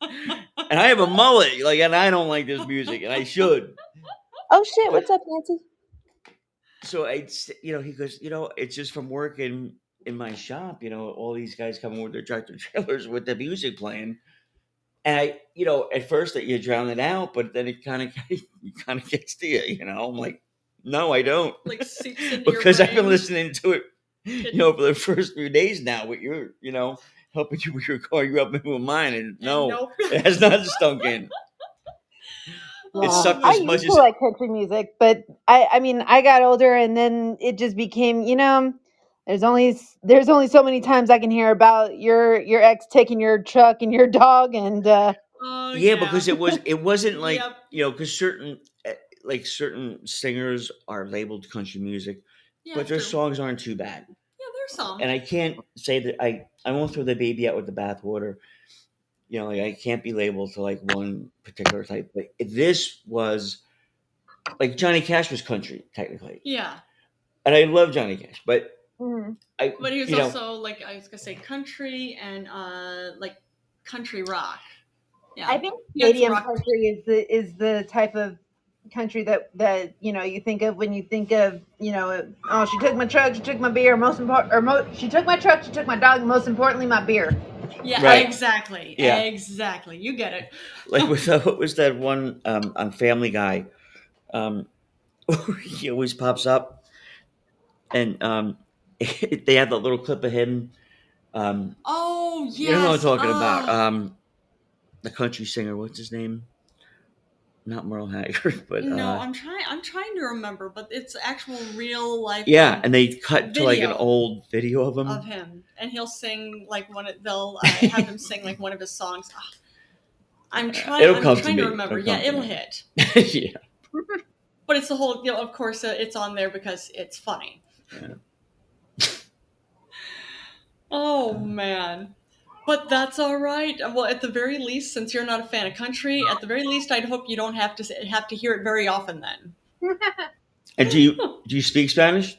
Speaker 2: And I have a mullet, like and I don't like this music, and I should.
Speaker 3: oh shit, what's up, Nancy?
Speaker 2: so I, s- you know, he goes, you know, it's just from working in my shop. You know, all these guys coming with their tractor trailers with the music playing, and I, you know, at first that you drown it out, but then it kind of, kind of gets to you. You know, I'm like, no, I don't,
Speaker 1: like seeps into your
Speaker 2: because I've been
Speaker 1: brain.
Speaker 2: listening to it, you know, for the first few days now. With your, you know, helping you with your car, you helping me with mine, and
Speaker 1: And
Speaker 2: no,
Speaker 1: nope.
Speaker 2: it has not stunk in. It
Speaker 1: Oh,
Speaker 2: sucked
Speaker 3: I
Speaker 2: as much
Speaker 3: used
Speaker 2: as-
Speaker 3: to like country music, but I, I mean, I got older, and then it just became, you know, there's only s- there's only so many times I can hear about your your ex taking your truck and your dog, and uh,
Speaker 1: Oh,
Speaker 2: yeah, because it was it wasn't like
Speaker 1: Yep.
Speaker 2: you know because certain eh, like certain singers are labeled country music,
Speaker 1: Yeah,
Speaker 2: but their
Speaker 1: true. Uh-huh.
Speaker 2: songs aren't too bad.
Speaker 1: Yeah, there's some.
Speaker 2: And I can't say that I I won't throw the baby out with the bathwater. You know, like I can't be labeled to like one particular type. But this was like Johnny Cash was country technically,
Speaker 1: yeah,
Speaker 2: and I love Johnny Cash, but
Speaker 3: mm,
Speaker 2: I
Speaker 1: but he was
Speaker 2: you know,
Speaker 1: also like I was gonna say country and uh like country rock. Yeah,
Speaker 3: I think
Speaker 1: Yeah, it's
Speaker 3: stadium
Speaker 1: rock.
Speaker 3: country is the is the type of country that that you know you think of when you think of you know oh she took my truck she took my beer most important or mo- she took my truck she took my dog and most importantly my beer
Speaker 1: yeah,
Speaker 2: Right.
Speaker 1: exactly,
Speaker 2: Yeah.
Speaker 1: exactly. You get it.
Speaker 2: like with the, what was that one um, on Family Guy? Um, he always pops up, and um, they have that little clip of him. Um,
Speaker 1: Oh yes.
Speaker 2: You know what I'm talking about?
Speaker 1: oh.
Speaker 2: Um, the country singer. What's his name? Not Merle Haggard, but
Speaker 1: no,
Speaker 2: uh,
Speaker 1: I'm trying. I'm trying to remember, but it's actual real life.
Speaker 2: yeah. And um, they cut to like an
Speaker 1: Video.
Speaker 2: old video of him.
Speaker 1: of him, and he'll sing like one. Of, they'll uh, have him sing like one of his songs. Ah, I'm trying.
Speaker 2: Uh, it'll
Speaker 1: I'm
Speaker 2: come to
Speaker 1: trying
Speaker 2: me.
Speaker 1: to remember.
Speaker 2: It'll
Speaker 1: yeah,
Speaker 2: come to
Speaker 1: it'll
Speaker 2: me.
Speaker 1: hit.
Speaker 2: yeah.
Speaker 1: But it's the whole, you know, of course, uh, it's on there because it's funny.
Speaker 2: Yeah.
Speaker 1: oh, man. But that's all right. Well, at the very least, since you're not a fan of country, at the very least, I'd hope you don't have to s- have to hear it very often then.
Speaker 2: And do you do you speak Spanish?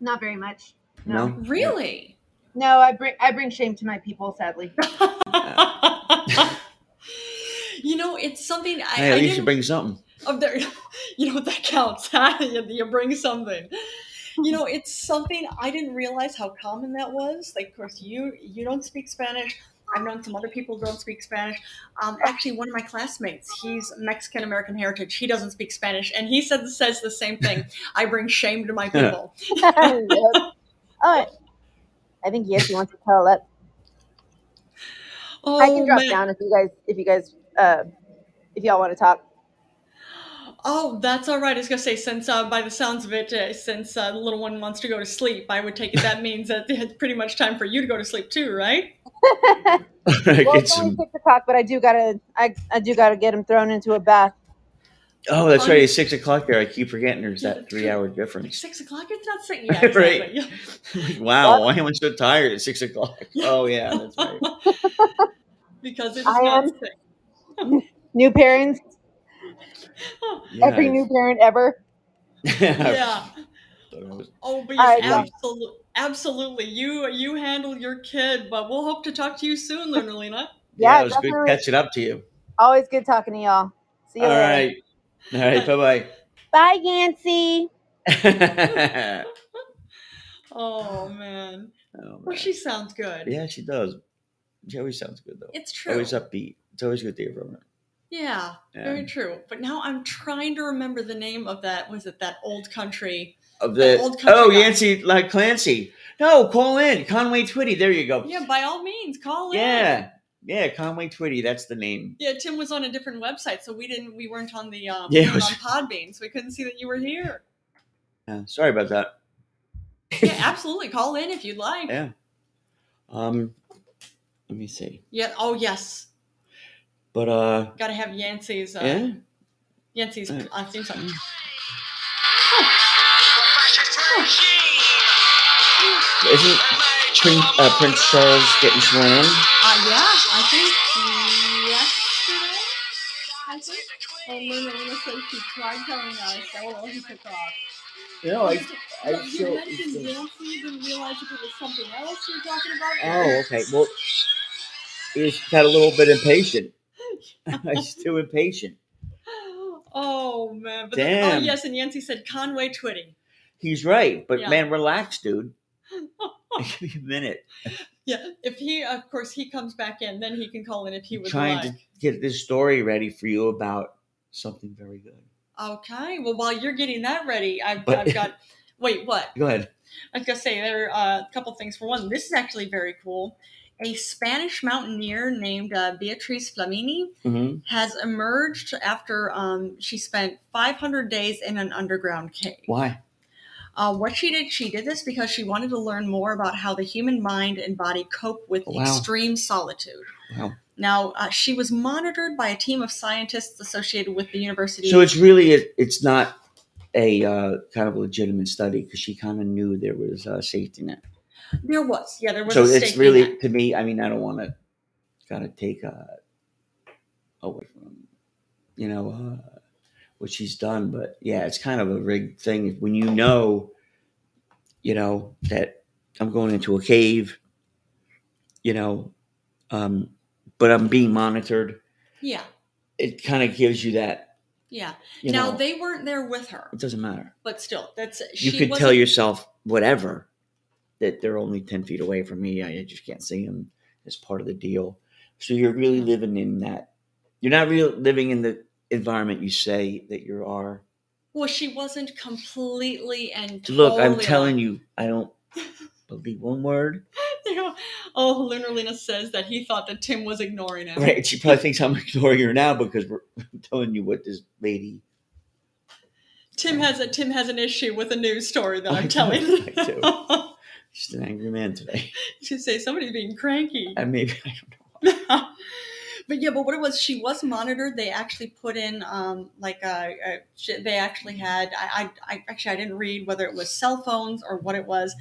Speaker 3: not very much
Speaker 1: Really?
Speaker 3: No, I bring I bring shame to my people, sadly.
Speaker 1: you know, it's something I,
Speaker 2: Hey,
Speaker 1: I
Speaker 2: at least you
Speaker 1: didn't
Speaker 2: bring something.
Speaker 1: Oh, there, you know that counts. Huh? you, you bring something. You know, it's something I didn't realize how common that was. Like, of course, you you don't speak Spanish. I've known some other people who don't speak Spanish. Um, actually, one of my classmates, he's Mexican American heritage. He doesn't speak Spanish, and he said says the same thing. I bring shame to my people.
Speaker 3: Yep. All right. Oh, I think yes, he wants to tell it.
Speaker 1: Oh,
Speaker 3: I can drop
Speaker 1: man.
Speaker 3: down if you guys if you guys uh, if y'all want to talk.
Speaker 1: Oh, that's all right. I was gonna say, since uh, by the sounds of it, uh, since uh, the little one wants to go to sleep, I would take it that means that it's pretty much time for you to go to sleep too, right?
Speaker 3: Well,
Speaker 2: Get
Speaker 3: it's
Speaker 2: some.
Speaker 3: only six o'clock, but I do gotta I, I do gotta get him thrown into a bath.
Speaker 2: Oh, that's
Speaker 1: on-
Speaker 2: right. It's six o'clock there. I keep forgetting there's
Speaker 1: Um, Yeah,
Speaker 2: that
Speaker 1: true.
Speaker 2: three-hour
Speaker 1: Like
Speaker 2: difference.
Speaker 1: six o'clock? It's not six. Yeah,
Speaker 2: Right.
Speaker 1: exactly.
Speaker 2: wow, why am I so tired at six o'clock? Oh yeah, that's right.
Speaker 1: because it's
Speaker 3: I
Speaker 1: not
Speaker 3: am-
Speaker 1: six.
Speaker 3: New parents,
Speaker 2: Yeah,
Speaker 3: every new parent ever.
Speaker 1: Yeah. Oh, but
Speaker 3: I
Speaker 1: yes,
Speaker 2: know.
Speaker 1: absolutely, absolutely. You you handle your kid, but we'll hope to talk to you soon, Lunarlina.
Speaker 2: yeah,
Speaker 3: Yeah,
Speaker 2: it was good
Speaker 3: definitely.
Speaker 2: catching up to you.
Speaker 3: Always good talking to y'all. See you
Speaker 2: All
Speaker 3: later.
Speaker 2: right. All right. Bye
Speaker 3: Bye, Yancy.
Speaker 2: bye.
Speaker 1: Oh man.
Speaker 2: Oh,
Speaker 1: Well,
Speaker 2: man.
Speaker 1: she sounds good.
Speaker 2: yeah, she does. She always sounds good though.
Speaker 1: It's true.
Speaker 2: Always upbeat. It's always good to hear from her.
Speaker 1: yeah,
Speaker 2: Yeah.
Speaker 1: very true. But now I'm trying to remember the name of that. Was it that old country?
Speaker 2: Of
Speaker 1: The
Speaker 2: the,
Speaker 1: old country
Speaker 2: oh
Speaker 1: guy.
Speaker 2: Yancy like Clancy. No, call in Conway Twitty. There you go.
Speaker 1: Yeah, by all means, call in.
Speaker 2: yeah, yeah. Conway Twitty. That's the name.
Speaker 1: Yeah, Tim was on a different website, so we didn't. We weren't on the um,
Speaker 2: Yeah,
Speaker 1: we
Speaker 2: it
Speaker 1: weren't
Speaker 2: was-
Speaker 1: on Podbean, so we couldn't see that you were here.
Speaker 2: Yeah, sorry about that.
Speaker 1: Yeah, absolutely. Call in if you'd like.
Speaker 2: Yeah. Um, let me see.
Speaker 1: Yeah. Oh yes.
Speaker 2: But uh,
Speaker 1: Got to have Yancey's. Uh,
Speaker 2: yeah.
Speaker 1: Yancey's
Speaker 2: Yeah.
Speaker 1: uh, theme song.
Speaker 2: Isn't Prince, uh, Prince Charles getting sworn in?
Speaker 1: Uh, yeah, I think yesterday. I think. And Luna Luna said she tried telling us that well, he took off.
Speaker 2: No,
Speaker 1: He took- no, you mentioned Yancey, didn't realize if it was something else you were talking about.
Speaker 2: Oh, okay. Well, he just got a little bit impatient. He's too impatient.
Speaker 1: Oh man! But Then, oh
Speaker 2: Damn.
Speaker 1: yes, and Yancey said Conway Twitty.
Speaker 2: He's right, but
Speaker 1: Yeah.
Speaker 2: man, relax, dude. Give me a minute.
Speaker 1: Yeah, if he, of course, he comes back in, then he can call in if he
Speaker 2: I'm
Speaker 1: would
Speaker 2: trying
Speaker 1: like.
Speaker 2: to get this story ready for you about something very good.
Speaker 1: Okay. Well, while you're getting that ready, I've,
Speaker 2: But-
Speaker 1: I've got. Wait, what?
Speaker 2: Go ahead.
Speaker 1: I was gonna say there are uh, a couple things. For one, this is actually very cool. A Spanish mountaineer named uh, Beatriz Flamini
Speaker 2: hmm
Speaker 1: has emerged after um, she spent 500 days in an underground cave.
Speaker 2: Why?
Speaker 1: Uh, what she did, she did this because she wanted to learn more about how the human mind and body cope with
Speaker 2: Wow.
Speaker 1: extreme solitude.
Speaker 2: Wow.
Speaker 1: Now, uh, she was monitored by a team of scientists associated with the university.
Speaker 2: So it's really it, it's not a uh, kind of legitimate study because she kind of knew there was a safety net.
Speaker 1: there was, yeah, there was.
Speaker 2: so
Speaker 1: a
Speaker 2: it's
Speaker 1: stake
Speaker 2: really
Speaker 1: in that.
Speaker 2: to me. I mean, I don't want to kind of take uh, away from you know uh, what she's done, but yeah, it's kind of a rigged thing when you know, you know that I'm going into a cave, you know, um, but I'm being monitored.
Speaker 1: yeah,
Speaker 2: It kind of gives you that.
Speaker 1: yeah.
Speaker 2: You
Speaker 1: now
Speaker 2: know,
Speaker 1: they weren't there with her,
Speaker 2: it doesn't matter.
Speaker 1: but still, that's
Speaker 2: You
Speaker 1: she
Speaker 2: could
Speaker 1: wasn't-
Speaker 2: tell yourself whatever that they're only ten feet away from me. I just can't see them. It's part of the deal. So you're really living in that. You're not real living in the environment you say that you are.
Speaker 1: Well, she wasn't completely and totally
Speaker 2: Look, I'm telling you, I don't believe one word.
Speaker 1: you. Oh, Lunar Lena says that he thought that Tim was ignoring him.
Speaker 2: Right? She probably thinks I'm ignoring her now because we're I'm telling you what this lady.
Speaker 1: Tim has a Tim has an issue with a news story that
Speaker 2: I
Speaker 1: I'm
Speaker 2: do,
Speaker 1: telling.
Speaker 2: I
Speaker 1: you.
Speaker 2: She's an angry man today.
Speaker 1: she say somebody's being cranky.
Speaker 2: And maybe I don't know.
Speaker 1: but yeah, but what it was, she was monitored. They actually put in, um, like, uh, uh, sh- they actually had. I, I, I actually I didn't read whether it was cell phones or what it was,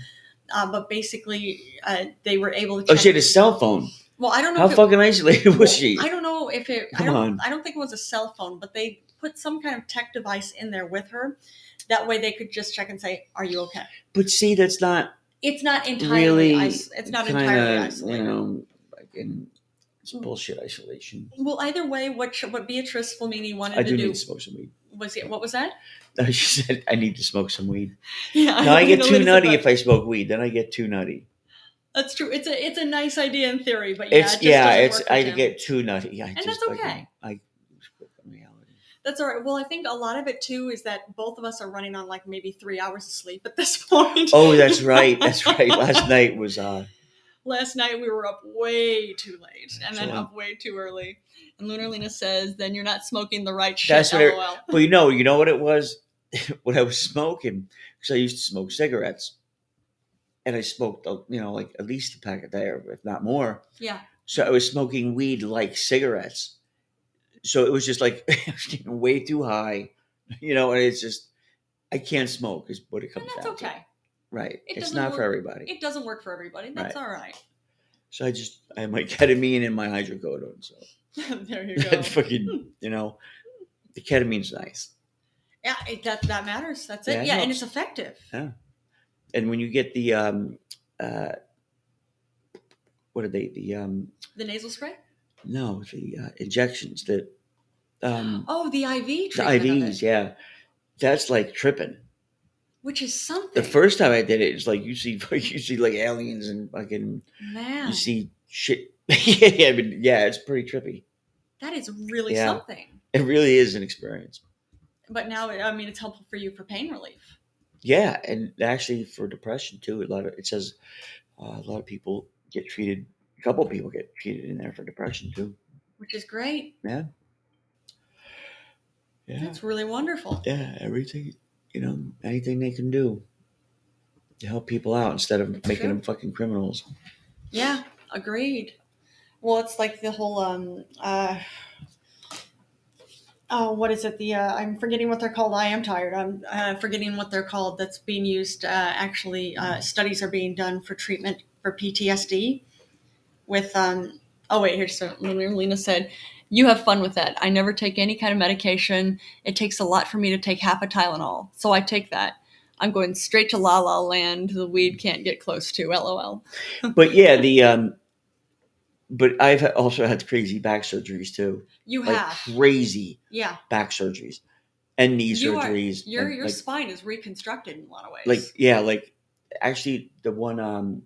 Speaker 1: uh, but basically uh, they were able to.
Speaker 2: Oh, she
Speaker 1: check-
Speaker 2: had a cell phone.
Speaker 1: Well, I don't know.
Speaker 2: How
Speaker 1: if it-
Speaker 2: fucking isolated was she?
Speaker 1: I don't know if it. I
Speaker 2: Come
Speaker 1: don't,
Speaker 2: on.
Speaker 1: I don't think it was a cell phone, but they put some kind of tech device in there with her. That way, they could just check and say, "Are you okay?"
Speaker 2: But see, that's not
Speaker 1: It's not entirely.
Speaker 2: Really
Speaker 1: is- it's not
Speaker 2: kinda,
Speaker 1: entirely isolated. Hmm.
Speaker 2: You know, like in, it's bullshit isolation.
Speaker 1: Well, either way, what sh- what Beatrice Flamini wanted
Speaker 2: I
Speaker 1: to
Speaker 2: do
Speaker 1: do,
Speaker 2: need to smoke some weed.
Speaker 1: was it. What was that?
Speaker 2: she said, I need to smoke some weed.
Speaker 1: Yeah,
Speaker 2: Now I get too nutty if I smoke weed. Then I get too nutty.
Speaker 1: That's true. It's a it's a nice idea in theory, but yeah, it
Speaker 2: It's
Speaker 1: just
Speaker 2: yeah,
Speaker 1: doesn't
Speaker 2: it's
Speaker 1: work for
Speaker 2: I
Speaker 1: Tim.
Speaker 2: get too nutty. I and just,
Speaker 1: that's
Speaker 2: like,
Speaker 1: okay.
Speaker 2: I lose grip on reality.
Speaker 1: That's all right. Well, I think a lot of it too is that both of us are running on like maybe three hours of sleep at this point.
Speaker 2: Oh, that's right. That's right. Last night was uh
Speaker 1: Last night we were up way too late, and then
Speaker 2: Sure.
Speaker 1: up way too early. And Lunar Lena says, "Then you're not smoking the right shit."
Speaker 2: That's what it-
Speaker 1: LOL.
Speaker 2: well you know, you know what it was? what I was smoking, because I used to smoke cigarettes. And I smoked, uh, you know, like at least a pack a day, or if not more.
Speaker 1: yeah,
Speaker 2: So I was smoking weed like cigarettes. So it was just like I was getting way too high, you know, and it's just I can't smoke is what it
Speaker 1: and
Speaker 2: comes
Speaker 1: that's
Speaker 2: down to.
Speaker 1: okay.
Speaker 2: Right.
Speaker 1: It
Speaker 2: it's
Speaker 1: doesn't
Speaker 2: not for
Speaker 1: work-
Speaker 2: everybody.
Speaker 1: It doesn't work for everybody. That's all right.
Speaker 2: so I just I had my ketamine and my hydrocodone. So
Speaker 1: there you go.
Speaker 2: that fucking you know, the ketamine's nice.
Speaker 1: yeah, it, that that matters. That's it.
Speaker 2: Yeah,
Speaker 1: Yeah,
Speaker 2: it
Speaker 1: and
Speaker 2: helps.
Speaker 1: it's effective.
Speaker 2: And when you get the um uh what are they? The um
Speaker 1: The nasal spray.
Speaker 2: no, the uh, injections, the um
Speaker 1: Oh, the IV
Speaker 2: the
Speaker 1: treatment. of it.
Speaker 2: IVs, yeah. That's like tripping.
Speaker 1: which is something.
Speaker 2: The first time I did it, it's like you see, you see like aliens and fucking,
Speaker 1: man,
Speaker 2: you see shit. yeah, I mean, yeah, it's pretty trippy.
Speaker 1: that is really
Speaker 2: Yeah.
Speaker 1: something.
Speaker 2: It really is an experience.
Speaker 1: But now, I mean, it's helpful for you for pain relief.
Speaker 2: Yeah, and actually for depression too, a lot of it says uh, a lot of people get treated. A couple people get treated in there for depression too.
Speaker 1: which is great.
Speaker 2: Yeah,
Speaker 1: That's really wonderful.
Speaker 2: yeah, everything you know, anything they can do to help people out instead of making
Speaker 1: Sure.
Speaker 2: them fucking criminals.
Speaker 1: Yeah, agreed. Well, it's like the whole um uh oh, what is it? The uh, I'm forgetting what they're called. I am tired. I'm uh, forgetting what they're called. That's being used. Uh, actually, uh, studies are being done for treatment for PTSD. With um oh wait here so Lena said. You have fun with that. I never take any kind of medication. It takes a lot for me to take half a Tylenol, so I take that. I'm going straight to La La Land. The weed can't get close to. LOL.
Speaker 2: But yeah, the um, but I've also had crazy back surgeries too,
Speaker 1: You
Speaker 2: like
Speaker 1: have,
Speaker 2: crazy
Speaker 1: yeah.
Speaker 2: back surgeries and knee
Speaker 1: You are-
Speaker 2: surgeries.
Speaker 1: Your
Speaker 2: and,
Speaker 1: your
Speaker 2: like,
Speaker 1: spine is reconstructed in a lot of ways.
Speaker 2: like yeah like actually the one um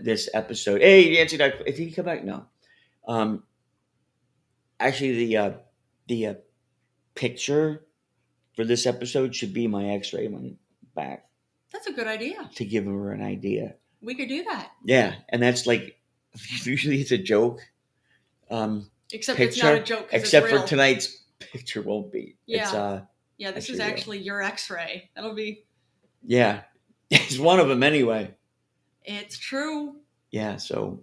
Speaker 2: this episode hey Nancy Doc- did he come back no um actually the uh the uh, picture for this episode should be my x-ray on my back
Speaker 1: that's a good idea.
Speaker 2: to give her an idea
Speaker 1: We could do that.
Speaker 2: yeah and that's like usually it's a joke um
Speaker 1: Except it's not a joke. 'cause
Speaker 2: except
Speaker 1: it's real.
Speaker 2: for tonight's picture won't be
Speaker 1: Yeah.
Speaker 2: it's uh
Speaker 1: Yeah, this
Speaker 2: Actually,
Speaker 1: is
Speaker 2: yeah.
Speaker 1: actually your X-ray. That'll be.
Speaker 2: yeah it's one of them anyway
Speaker 1: It's true.
Speaker 2: yeah so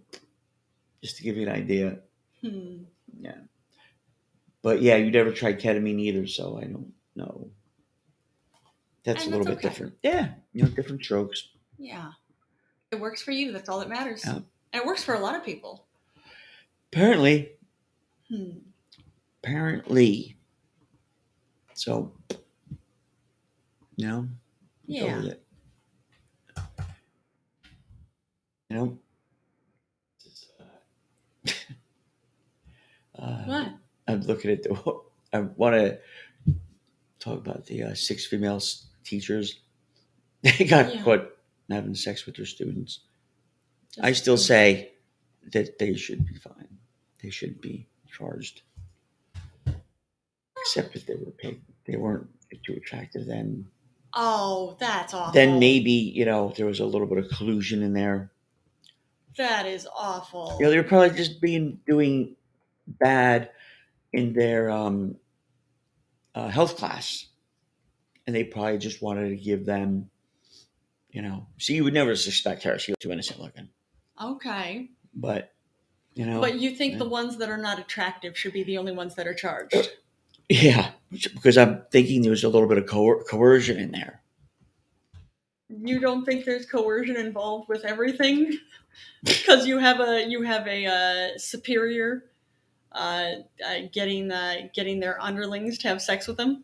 Speaker 2: just to give you an idea
Speaker 1: Hmm.
Speaker 2: But yeah, you never tried ketamine either, so I don't know. That's
Speaker 1: And
Speaker 2: a little
Speaker 1: that's
Speaker 2: bit
Speaker 1: okay.
Speaker 2: different. Yeah, you know, different strokes.
Speaker 1: Yeah, it works for you. That's all that matters.
Speaker 2: Yeah.
Speaker 1: And it works for a lot of people.
Speaker 2: Apparently, Oh,
Speaker 1: Hmm.
Speaker 2: apparently. So, you know, go
Speaker 1: Yeah.
Speaker 2: with it. You know. Uh,
Speaker 1: What?
Speaker 2: I'm looking at the. I want to talk about the uh, six female s- teachers. They got
Speaker 1: Yeah.
Speaker 2: caught having sex with their students. I
Speaker 1: Just-
Speaker 2: still say that they should be fined. They should be charged, except if they were paid. They weren't too attractive. Then,
Speaker 1: Oh, that's awful.
Speaker 2: then maybe you know there was a little bit of collusion in there.
Speaker 1: That is awful.
Speaker 2: You know, they were probably just being doing bad in their um, uh, health class, and they probably just wanted to give them, you know. So you would never suspect her; she was too innocent looking.
Speaker 1: okay.
Speaker 2: But you know,
Speaker 1: But you think
Speaker 2: yeah.
Speaker 1: the ones that are not attractive should be the only ones that are charged?
Speaker 2: yeah, because I'm thinking there was a little bit of coer- coercion in there.
Speaker 1: you don't think there's coercion involved with everything because you have a you have a uh, superior uh, uh, getting uh, getting their underlings to have sex with them.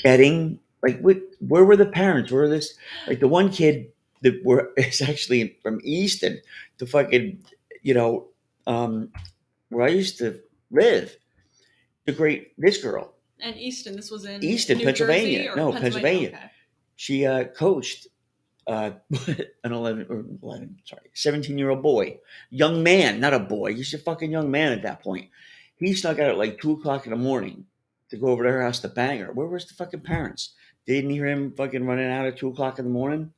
Speaker 2: Getting like, what, where were the parents? Where were this? Like the one kid that were is actually from Easton, the fucking, you know, um, where I used to live. The great this girl,
Speaker 1: And Easton, this was in
Speaker 2: Easton,
Speaker 1: New
Speaker 2: Pennsylvania.
Speaker 1: Jersey or
Speaker 2: No, Pennsylvania.
Speaker 1: Okay.
Speaker 2: she uh, coached uh, an 11 or 11 sorry 17 year old boy young man not a boy he's a fucking young man at that point he snuck out at like 2 o'clock in the morning to go over to her house to bang her where was the fucking parents they didn't hear him fucking running out at 2 o'clock in the morning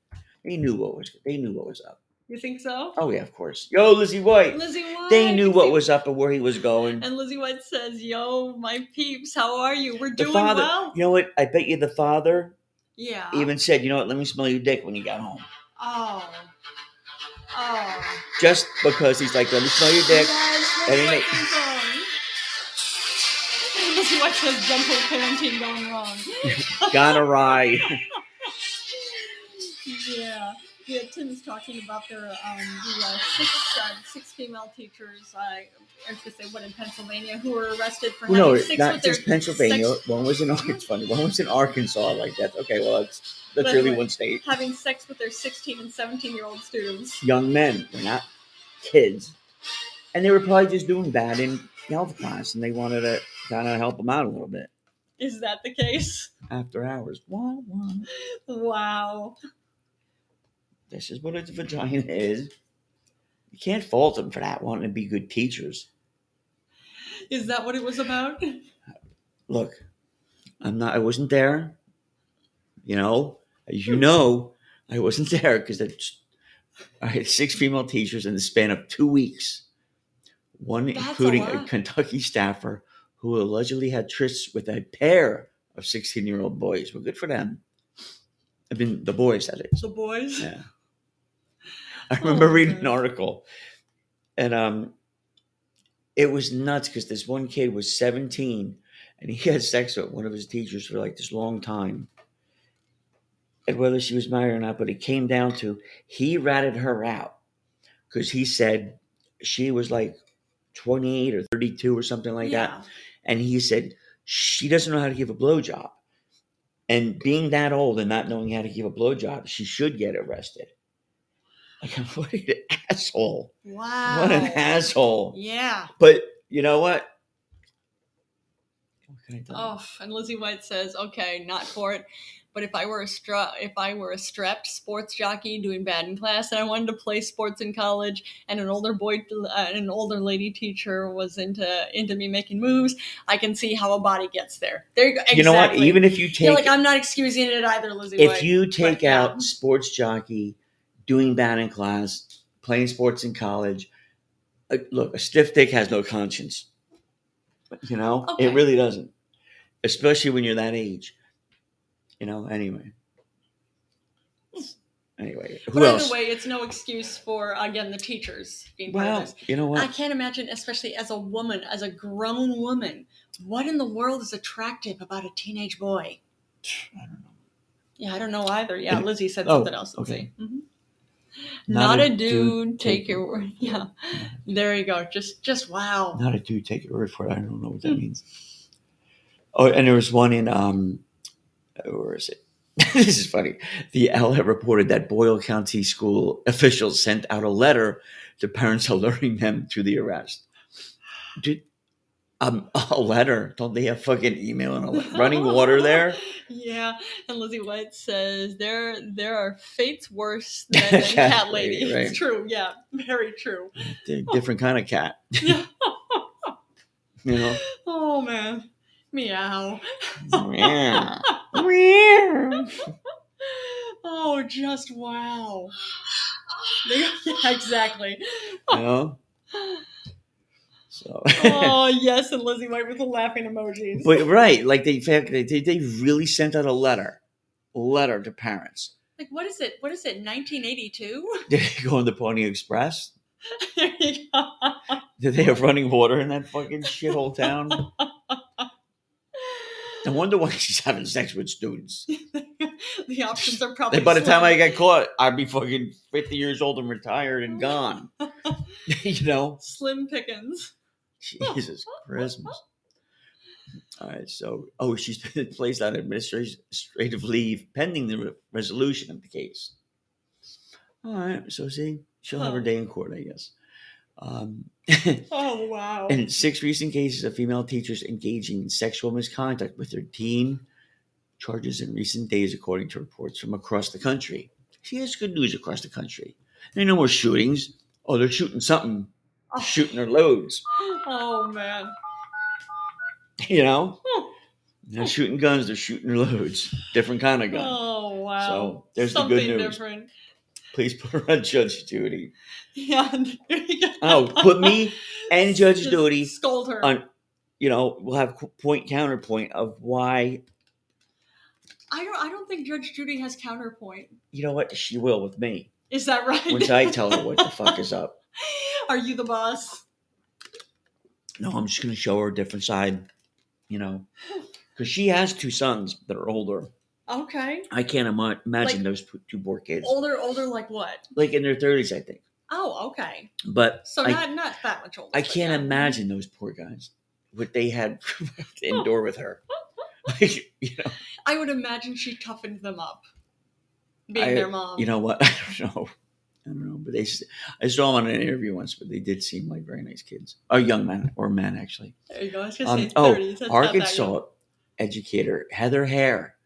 Speaker 2: they knew what was they knew what was up
Speaker 1: You think so?
Speaker 2: oh yeah of course yo lizzie white
Speaker 1: Lizzie White.
Speaker 2: they knew what
Speaker 1: Lizzie-
Speaker 2: was up and where he was going
Speaker 1: And Lizzie White says, "Yo, my peeps, how are you? We're
Speaker 2: the
Speaker 1: doing
Speaker 2: father
Speaker 1: well."
Speaker 2: you know what i bet you the father
Speaker 1: Yeah.
Speaker 2: even said you know what let me smell your dick when you got home
Speaker 1: oh. Oh.
Speaker 2: just because he's like let me smell your dick
Speaker 1: Yes,
Speaker 2: And
Speaker 1: that's what you're
Speaker 2: he make-
Speaker 1: doing. This is what says gentle parenting gone wrong.
Speaker 2: gone awry.
Speaker 1: yeah. Yeah, Tim's talking about their um, the uh, six uh, six female teachers, uh, I was gonna say what in Pennsylvania, who were arrested for having
Speaker 2: no,
Speaker 1: sex
Speaker 2: not
Speaker 1: with their
Speaker 2: just Pennsylvania.
Speaker 1: sex-
Speaker 2: One was in it's funny. One was in Arkansas. Like that. Okay, well that's that's
Speaker 1: But
Speaker 2: really
Speaker 1: anyway.
Speaker 2: one state.
Speaker 1: having sex with their sixteen and seventeen year old students.
Speaker 2: Young men, they're not kids, and they were probably just doing bad in health class, and they wanted to kind of help them out a little bit.
Speaker 1: Is that the case?
Speaker 2: after hours. Wah, wah.
Speaker 1: Wow.
Speaker 2: This is what a vagina is. You can't fault them for that wanting to be good teachers.
Speaker 1: Is that what it was about?
Speaker 2: Look, I'm not. I wasn't there. You know, as you know, I wasn't there because I had six female teachers in the span of two weeks. One
Speaker 1: That's a
Speaker 2: including a
Speaker 1: lot.
Speaker 2: Kentucky staffer who allegedly had trysts with a pair of 16-year-old boys. Well, good for them. I mean, the boys that is.
Speaker 1: The boys?
Speaker 2: Yeah. I remember
Speaker 1: Oh,
Speaker 2: reading an
Speaker 1: man.
Speaker 2: article and um it was nuts because this one kid was 17 and he had sex with one of his teachers for like this long time. And whether she was married or not, but it came down to he ratted her out because he said she was like 28 or 32 or something like that
Speaker 1: yeah.
Speaker 2: and he said she doesn't know how to give a blowjob. And being that old and not knowing how to give a blowjob, she should get arrested. Like, I'm- what an asshole!
Speaker 1: Wow.
Speaker 2: What an asshole!
Speaker 1: Yeah.
Speaker 2: But you know what? What can I tell you?
Speaker 1: Oh, and Lizzie White says, okay, not for it. But if I were a stra- if I were a strapped sports jockey doing bad in class, and I wanted to play sports in college, and an older boy, uh, an older lady teacher was into into me making moves, I can see how a body gets there. There you go. Exactly.
Speaker 2: You know what? Even if you take
Speaker 1: yeah, like I'm not excusing it either, Lizzie
Speaker 2: if
Speaker 1: White.
Speaker 2: you take
Speaker 1: yeah.
Speaker 2: out sports jockey, doing bad in class, playing sports in college, uh, look, a stiff dick has no conscience. You know,
Speaker 1: Okay.
Speaker 2: it really doesn't, especially when you're that age. You know, anyway. Anyway, who
Speaker 1: but
Speaker 2: else?
Speaker 1: either Hmm. way, it's no excuse for again the teachers being part of
Speaker 2: well,
Speaker 1: this.
Speaker 2: you know
Speaker 1: I
Speaker 2: what?
Speaker 1: can't imagine, especially as a woman, as a grown woman, what in the world is attractive about a teenage boy? Yeah, I don't know either. Yeah,
Speaker 2: It-
Speaker 1: Lizzie said
Speaker 2: oh,
Speaker 1: something else. Let's
Speaker 2: okay.
Speaker 1: see. Mhm.
Speaker 2: Not
Speaker 1: Not,
Speaker 2: a
Speaker 1: a dude,
Speaker 2: dude,
Speaker 1: take,
Speaker 2: take
Speaker 1: your word. Yeah, there you go. Just, just wow.
Speaker 2: Not a dude, take your word for it. I don't know what
Speaker 1: Hmm.
Speaker 2: that means. Oh, and there was one in um, where is it? this is funny. The outlet reported that Boyle County school officials sent out a letter to parents alerting them to the arrest. Dude, um, a letter? Don't they have fucking email and a le- running water there?
Speaker 1: Yeah, and Lizzie White says there, there are fates worse than, than cat
Speaker 2: Cat
Speaker 1: lady.
Speaker 2: lady, right.
Speaker 1: It's true. Yeah, very true.
Speaker 2: They're a different kind of cat,
Speaker 1: Yeah.
Speaker 2: you know.
Speaker 1: Oh man, meow.
Speaker 2: Meow. Meow.
Speaker 1: Oh, just wow. yeah, exactly.
Speaker 2: you know. So.
Speaker 1: Oh yes, and Lizzie White with the laughing emojis.
Speaker 2: But right, like they they they really sent out a letter, a letter to parents.
Speaker 1: like what is it? What is it? 1982?
Speaker 2: Did they go on the Pony Express?
Speaker 1: There you go.
Speaker 2: Did they have running water in that fucking shithole town? I wonder why she's having sex with students.
Speaker 1: the options are probably.
Speaker 2: They, by the time I
Speaker 1: slim.
Speaker 2: got caught, I'd be fucking fifty years old and retired and gone. you know,
Speaker 1: slim pickings.
Speaker 2: Jesus Christmas. All right, so oh, she's been placed on administrative leave pending the re- resolution of the case. All right, so see, she'll have her
Speaker 1: Huh.
Speaker 2: day in court, I guess. Um,
Speaker 1: Oh wow.
Speaker 2: and six recent cases of female teachers engaging in sexual misconduct with their teen charges in recent days, according to reports from across the country. See, that's good news across the country. There are no more shootings. Oh, they're shooting something,
Speaker 1: Oh.
Speaker 2: shooting their loads
Speaker 1: oh man.
Speaker 2: you know
Speaker 1: Hmm.
Speaker 2: they're shooting guns they're shooting loads different kind of gun
Speaker 1: Oh wow.
Speaker 2: So, there's the
Speaker 1: Something
Speaker 2: good news.
Speaker 1: different.
Speaker 2: please put her on judge duty
Speaker 1: Yeah. there you go.
Speaker 2: oh put me and judge
Speaker 1: Just
Speaker 2: duty
Speaker 1: Scold her.
Speaker 2: on you know we'll have qu- point counterpoint of why
Speaker 1: I don't. I don't think Judge Judy has counterpoint.
Speaker 2: you know what she will with me
Speaker 1: Is that right?
Speaker 2: once i tell her what the fuck is up
Speaker 1: Are you the boss?
Speaker 2: no i'm just going to show her a different side you know because she has two sons that are older
Speaker 1: Okay.
Speaker 2: i can't ima- imagine
Speaker 1: Like-
Speaker 2: those p- two poor kids
Speaker 1: Older, older, like what?
Speaker 2: like in their 30s i think
Speaker 1: Oh, okay.
Speaker 2: but
Speaker 1: So
Speaker 2: I-
Speaker 1: not not that much older.
Speaker 2: I
Speaker 1: but
Speaker 2: can't
Speaker 1: yeah.
Speaker 2: imagine those poor guys what they had to endure with her. Like, you know,
Speaker 1: I would imagine she toughened them up, being
Speaker 2: I-
Speaker 1: their mom.
Speaker 2: you know what? I don't know. I don't know, but they. s- I saw them on an interview once, but they did seem like very nice kids. Oh, young men or men actually.
Speaker 1: there you go. I was gonna
Speaker 2: Um,
Speaker 1: say
Speaker 2: oh,
Speaker 1: thirties.
Speaker 2: Arkansas educator, Heather Hare.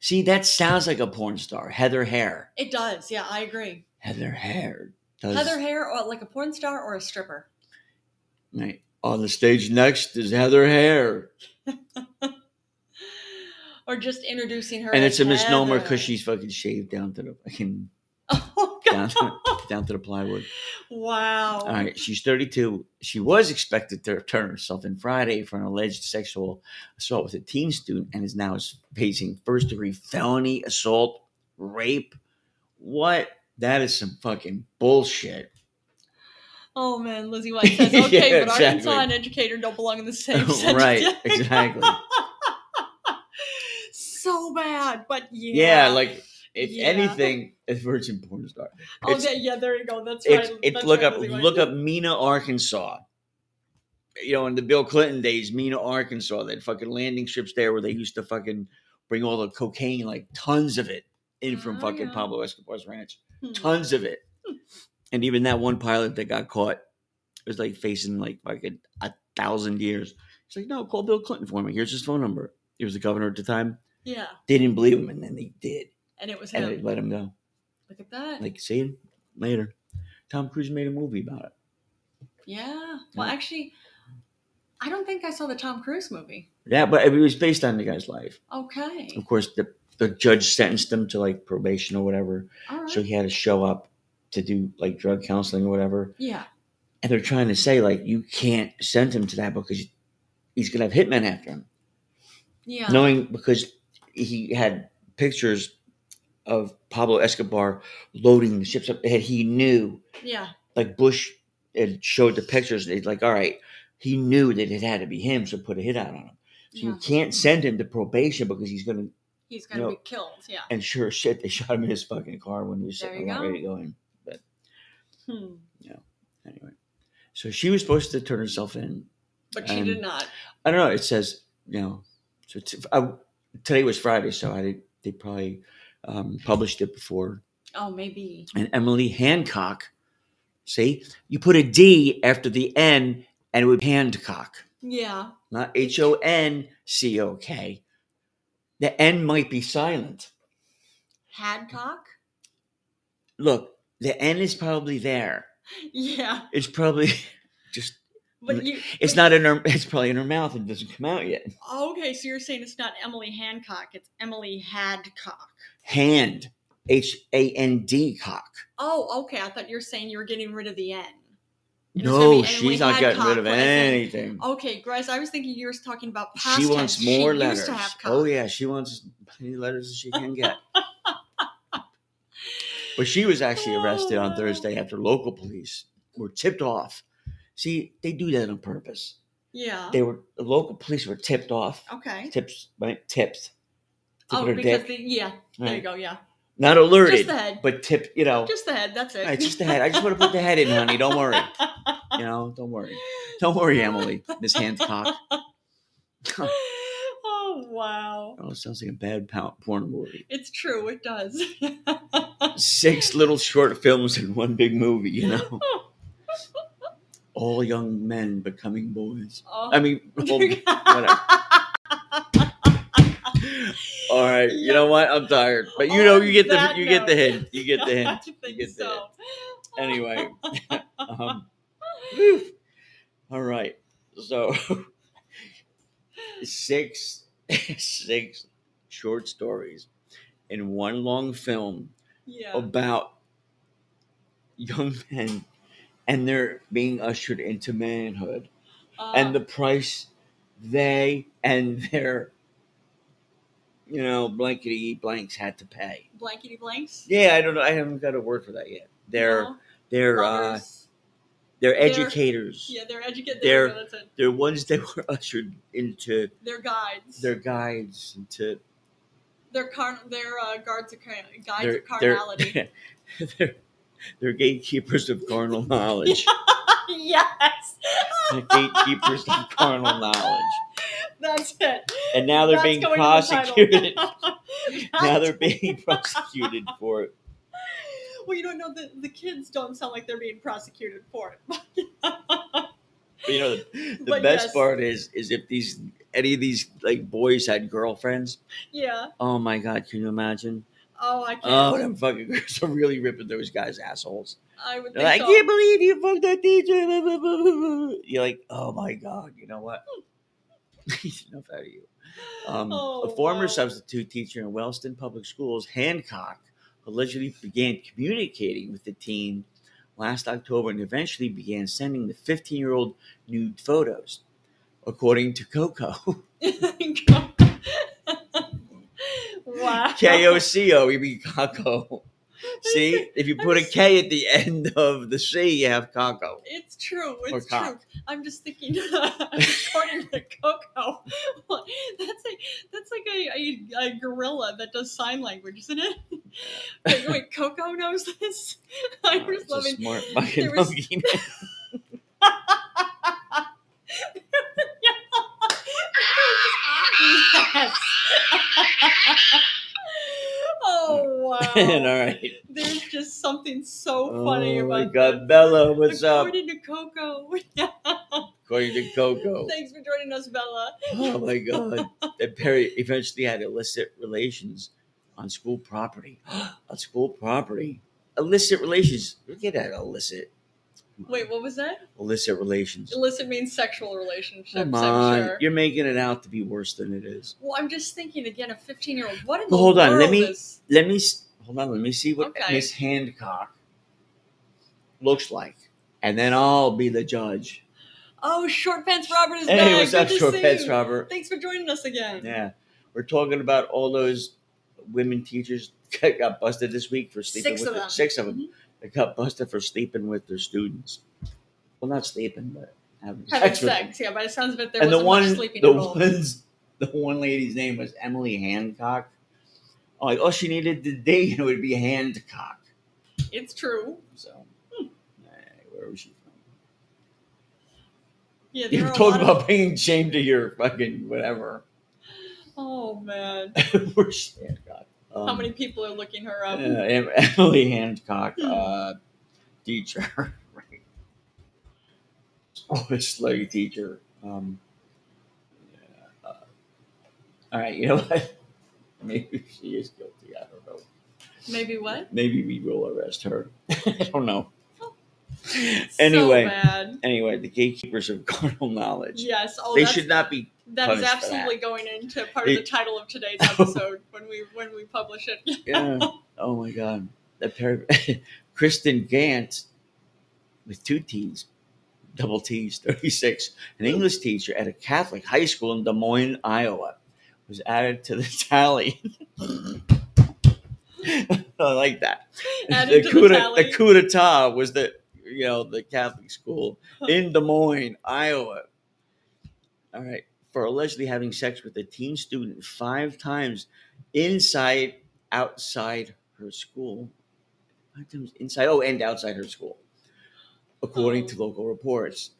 Speaker 2: See, that sounds like a porn star, Heather Hare.
Speaker 1: It does. Yeah, I agree.
Speaker 2: Heather Hare does
Speaker 1: Heather Hair, or like a porn star or a stripper.
Speaker 2: Right. On the stage next is Heather Hare,
Speaker 1: Or just introducing her.
Speaker 2: and
Speaker 1: as
Speaker 2: it's a misnomer
Speaker 1: Heather.
Speaker 2: because she's fucking shaved down to the fucking
Speaker 1: Oh,
Speaker 2: down
Speaker 1: God.
Speaker 2: to, down to the plywood.
Speaker 1: Wow.
Speaker 2: All right, she's 32. She was expected to turn herself in Friday for an alleged sexual assault with a teen student and is now facing first degree felony assault, rape. What? That is some fucking bullshit.
Speaker 1: Oh man, Lizzie White says, okay,
Speaker 2: Yeah,
Speaker 1: but
Speaker 2: exactly.
Speaker 1: Arkansas and educator don't belong in the same sentence.
Speaker 2: right, exactly.
Speaker 1: so bad, but yeah.
Speaker 2: Yeah, like if
Speaker 1: Yeah.
Speaker 2: anything, it's Virgin Porn Star.
Speaker 1: oh
Speaker 2: it's-
Speaker 1: yeah, yeah, there you go. That's
Speaker 2: It's
Speaker 1: right.
Speaker 2: it's
Speaker 1: That's
Speaker 2: look
Speaker 1: right,
Speaker 2: up
Speaker 1: Lizzie White.
Speaker 2: look up Mena, Arkansas. You know, in the Bill Clinton days, Mena, Arkansas, they had fucking landing strips there where they used to fucking bring all the cocaine, like tons of it, in from
Speaker 1: Oh,
Speaker 2: fucking
Speaker 1: yeah.
Speaker 2: Pablo Escobar's ranch,
Speaker 1: Hmm.
Speaker 2: tons of it. And even that one pilot that got caught was like facing like fucking a thousand years. He's like, no, call Bill Clinton for me. Here's his phone number. He was the governor at the time.
Speaker 1: Yeah,
Speaker 2: They didn't believe him, and then they did,
Speaker 1: and it was
Speaker 2: and
Speaker 1: him.
Speaker 2: they let him go.
Speaker 1: look at that.
Speaker 2: Like, see you later. Tom Cruise made a movie about it.
Speaker 1: yeah. Well,
Speaker 2: Yeah.
Speaker 1: actually, I don't think I saw the Tom Cruise movie.
Speaker 2: Yeah, but it was based on the guy's life.
Speaker 1: Okay.
Speaker 2: Of course, the the judge sentenced him to like probation or whatever,
Speaker 1: All right.
Speaker 2: so he had to show up to do like drug counseling or whatever.
Speaker 1: yeah.
Speaker 2: And they're trying to say like you can't send him to that because he's gonna have hitmen after him,
Speaker 1: Yeah.
Speaker 2: knowing because he had pictures of Pablo Escobar loading the ships up. And he knew
Speaker 1: Yeah.
Speaker 2: like Bush had showed the pictures. They like all right, he knew that it had to be him, so put a hit out on him. So
Speaker 1: Yeah.
Speaker 2: you can't send him to probation because he's gonna
Speaker 1: He's gonna
Speaker 2: No.
Speaker 1: be killed. Yeah.
Speaker 2: And sure as shit, they shot him in his fucking car when he was
Speaker 1: There
Speaker 2: sitting
Speaker 1: you
Speaker 2: around
Speaker 1: go.
Speaker 2: ready to go in.
Speaker 1: Hmm.
Speaker 2: Anyway, so she was supposed to turn herself in.
Speaker 1: But she
Speaker 2: Um,
Speaker 1: did not.
Speaker 2: I don't know. It says you know. So it's, I, today was Friday, so I did, they probably um, published it before.
Speaker 1: Oh, maybe.
Speaker 2: And Emily Hancock, see, you put a D after the N, and it would be Hancock,
Speaker 1: Yeah.
Speaker 2: not H O N C O K. The N might be silent.
Speaker 1: Hadcock.
Speaker 2: Look, the N is probably there.
Speaker 1: Yeah.
Speaker 2: It's probably just
Speaker 1: But you.
Speaker 2: It's
Speaker 1: but-
Speaker 2: not in her. It's probably in her mouth and doesn't come out yet.
Speaker 1: Okay, so you're saying it's not Emily Hancock, it's Emily Hadcock.
Speaker 2: Hand, H A N D cock.
Speaker 1: Oh, okay. I thought you were saying you were getting rid of the N. And it's gonna
Speaker 2: No,
Speaker 1: be
Speaker 2: she's
Speaker 1: Emily
Speaker 2: not getting rid
Speaker 1: Hadcock
Speaker 2: of
Speaker 1: with an N.
Speaker 2: anything.
Speaker 1: Okay, Grace, I was thinking you were talking about Oh, past
Speaker 2: She wants
Speaker 1: tense.
Speaker 2: more
Speaker 1: she
Speaker 2: letters.
Speaker 1: Used to have cock.
Speaker 2: Oh yeah, she wants as many letters as she can get. but she was actually arrested
Speaker 1: Oh,
Speaker 2: on
Speaker 1: no.
Speaker 2: Thursday after local police were tipped off. See, they do that on purpose.
Speaker 1: Yeah.
Speaker 2: They were the local police were tipped off.
Speaker 1: okay.
Speaker 2: Tips, right? Tipped. Tipping
Speaker 1: Oh,
Speaker 2: her
Speaker 1: because
Speaker 2: dick,
Speaker 1: the, yeah, there you
Speaker 2: right.
Speaker 1: go. Yeah,
Speaker 2: Not alerted,
Speaker 1: just the head,
Speaker 2: but tipped. You know,
Speaker 1: just the head. That's it.
Speaker 2: All right, just the head. I just want to put the head in, honey. Don't worry. You know, don't worry. Don't worry, Emily. Miss Hancock.
Speaker 1: oh wow,
Speaker 2: Oh, sounds like a bad pow- porn movie.
Speaker 1: it's true. It does.
Speaker 2: Six little short films in one big movie, you know? All young men becoming boys.
Speaker 1: Oh.
Speaker 2: I mean, well, whatever. All right, you know what? I'm tired, but you know, you get the you get the hint. You get the hint.
Speaker 1: I think
Speaker 2: get the
Speaker 1: so.
Speaker 2: Anyway, um, whew. all right. So six six short stories in one long film
Speaker 1: yeah.
Speaker 2: Oh, about young men and they're being ushered into manhood
Speaker 1: Uh,
Speaker 2: and the price they and their you know blankety blanks had to pay
Speaker 1: blankety blanks.
Speaker 2: yeah i don't know i haven't got a word for that yet they're
Speaker 1: No,
Speaker 2: they're uh
Speaker 1: lovers.
Speaker 2: they're
Speaker 1: They're-
Speaker 2: educators
Speaker 1: yeah, they're educated.
Speaker 2: they're-
Speaker 1: They're, that's it.
Speaker 2: they're ones that were ushered into
Speaker 1: They're guides.
Speaker 2: their guides into
Speaker 1: They're car- they're uh, guards of car- guides
Speaker 2: their
Speaker 1: of
Speaker 2: their,
Speaker 1: carnality.
Speaker 2: their their gatekeepers of carnal knowledge.
Speaker 1: yes,
Speaker 2: They're gatekeepers of carnal knowledge.
Speaker 1: that's it.
Speaker 2: And now they're
Speaker 1: That's
Speaker 2: being
Speaker 1: going to the title.
Speaker 2: prosecuted. now
Speaker 1: That's-
Speaker 2: they're being prosecuted for it.
Speaker 1: well, you don't know the the kids don't sound like they're being prosecuted for it.
Speaker 2: But, you know, the, the
Speaker 1: But
Speaker 2: best
Speaker 1: yes.
Speaker 2: part is is if these any of these like boys had girlfriends.
Speaker 1: Yeah.
Speaker 2: Oh my god, can you imagine?
Speaker 1: Oh, I can't.
Speaker 2: Oh, them fucking girls are really ripping those guys assholes.
Speaker 1: I would
Speaker 2: They're
Speaker 1: think
Speaker 2: like, I
Speaker 1: so.
Speaker 2: can't believe you fucked that teacher. blah, blah, blah, blah, blah." You're like, oh my god, you know what? Enough out of you. Um,
Speaker 1: Hmm. Oh,
Speaker 2: a former
Speaker 1: wow.
Speaker 2: substitute teacher in Wellston Public Schools, Hancock, allegedly began communicating with the teen last October and eventually began sending the 15 year old nude photos, according to Coco.
Speaker 1: wow.
Speaker 2: K O C O, you mean Coco. See, if you put a
Speaker 1: just-
Speaker 2: K at the end of the C, you have Coco.
Speaker 1: It's true. It's
Speaker 2: Or
Speaker 1: true.
Speaker 2: cock.
Speaker 1: I'm just thinking, according to Coco, what- that's like that's like a, a, a gorilla that does sign language, isn't it? Wait, wait, Coco knows this. I'm
Speaker 2: Oh,
Speaker 1: just
Speaker 2: it's a
Speaker 1: loving.
Speaker 2: smart fucking
Speaker 1: there was-
Speaker 2: monkey.
Speaker 1: yes. oh
Speaker 2: All
Speaker 1: wow!
Speaker 2: right.
Speaker 1: There's just something so funny
Speaker 2: oh
Speaker 1: about
Speaker 2: my
Speaker 1: that.
Speaker 2: God, Bella, what's up?
Speaker 1: according to Coco.
Speaker 2: According to Coco.
Speaker 1: Thanks for joining us, Bella.
Speaker 2: Oh my god. That Perry eventually had illicit relations on school property. on school property. Illicit relations. Get at illicit.
Speaker 1: Wait, what was that?
Speaker 2: Illicit relations.
Speaker 1: Illicit means sexual relationships.
Speaker 2: Come
Speaker 1: I'm
Speaker 2: on.
Speaker 1: sure.
Speaker 2: You're making it out to be worse than it is.
Speaker 1: Well, I'm just thinking again. A 15 year old. What in
Speaker 2: Well,
Speaker 1: the
Speaker 2: hold on, let
Speaker 1: world
Speaker 2: me-
Speaker 1: is-
Speaker 2: Let me s- hold on, let me see what
Speaker 1: Okay.
Speaker 2: Miss Hancock looks like. And then I'll be the judge.
Speaker 1: Oh, short pants Robert is back.
Speaker 2: Hey, what's
Speaker 1: Good
Speaker 2: up,
Speaker 1: to
Speaker 2: Short
Speaker 1: see
Speaker 2: Pants
Speaker 1: you.
Speaker 2: Robert?
Speaker 1: Thanks for joining us again.
Speaker 2: Yeah. We're talking about all those women teachers that got busted this week for sleeping
Speaker 1: Six
Speaker 2: with
Speaker 1: of
Speaker 2: their-
Speaker 1: them. Mm-hmm.
Speaker 2: six of them. They got busted for sleeping with their students. Well, not sleeping, but having,
Speaker 1: Having
Speaker 2: sex. with them.
Speaker 1: sex, yeah. By the sounds of it, there
Speaker 2: and the
Speaker 1: wasn't
Speaker 2: one,
Speaker 1: much sleeping
Speaker 2: the
Speaker 1: involved.
Speaker 2: ones, the one lady's name was Emily Hancock. I'm Like all she needed to date would be Hancock.
Speaker 1: It's true.
Speaker 2: So,
Speaker 1: Hmm.
Speaker 2: eh, where was she from?
Speaker 1: Yeah, there
Speaker 2: You
Speaker 1: are a
Speaker 2: talk
Speaker 1: lot of-
Speaker 2: about bringing shame to your fucking whatever.
Speaker 1: Oh man,
Speaker 2: Where's Hancock? Um,
Speaker 1: how many people are looking her
Speaker 2: uh,
Speaker 1: up?
Speaker 2: Em- Emily Hancock,
Speaker 1: Hmm.
Speaker 2: uh, teacher, right? Oh, this lady teacher. Um, yeah, uh, all right, you know what? Maybe she is guilty. I don't know.
Speaker 1: Maybe what?
Speaker 2: Maybe we will arrest her. I don't know.
Speaker 1: so
Speaker 2: Anyway.
Speaker 1: bad.
Speaker 2: Anyway, the gatekeepers of carnal knowledge.
Speaker 1: yes. Oh,
Speaker 2: they
Speaker 1: that's,
Speaker 2: should not be.
Speaker 1: that is
Speaker 2: punished for that.
Speaker 1: absolutely going into part
Speaker 2: It-
Speaker 1: of the title of today's episode when we when we publish it.
Speaker 2: Yeah. oh my God. That pair of, Kristen Gant with two T's, double T's, 36, an English teacher at a Catholic high school in Des Moines, Iowa, was added to the tally. I like that.
Speaker 1: Added
Speaker 2: the,
Speaker 1: to the
Speaker 2: coup
Speaker 1: tally.
Speaker 2: the coup d'etat was the you know the Catholic school in Des Moines, Iowa. All right, for allegedly having sex with a teen student five times inside, outside her school, five times inside, oh, and outside her school, according to local reports.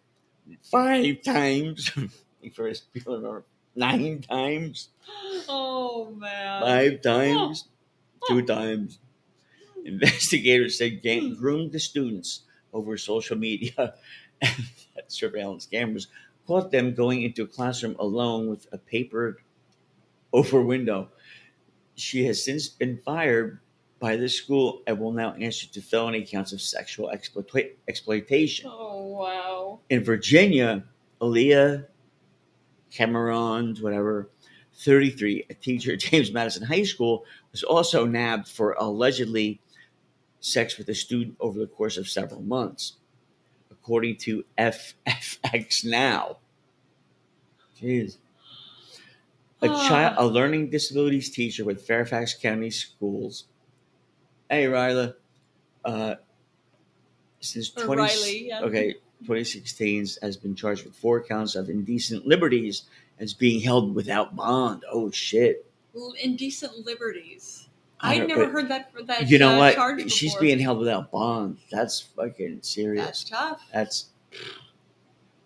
Speaker 2: Five times for a speaker, nine times
Speaker 1: Oh man.
Speaker 2: five times, two times. Investigators said Gant groomed the students over social media and that surveillance cameras caught them going into a classroom alone with a papered over window. She has since been fired by the school and will now answer to felony counts of sexual exploita- exploitation.
Speaker 1: Oh wow.
Speaker 2: In Virginia, Aaliyah Cameron, whatever, 33, a teacher at James Madison High School, was also nabbed for allegedly sex with a student over the course of several months, according to FFX Now. Jeez. A child, a learning disabilities teacher with Fairfax County Schools. Hey, Ryla. Uh, since
Speaker 1: Or
Speaker 2: 20,
Speaker 1: Riley, yeah.
Speaker 2: okay, 2016 has been charged with four counts of indecent liberties and is being held without bond. Oh shit!
Speaker 1: L- indecent liberties.
Speaker 2: I
Speaker 1: I'd
Speaker 2: don't-
Speaker 1: never
Speaker 2: but
Speaker 1: heard that for that.
Speaker 2: you know
Speaker 1: uh,
Speaker 2: what?
Speaker 1: charge
Speaker 2: She's
Speaker 1: before.
Speaker 2: being held without bond. That's fucking serious.
Speaker 1: That's tough.
Speaker 2: That's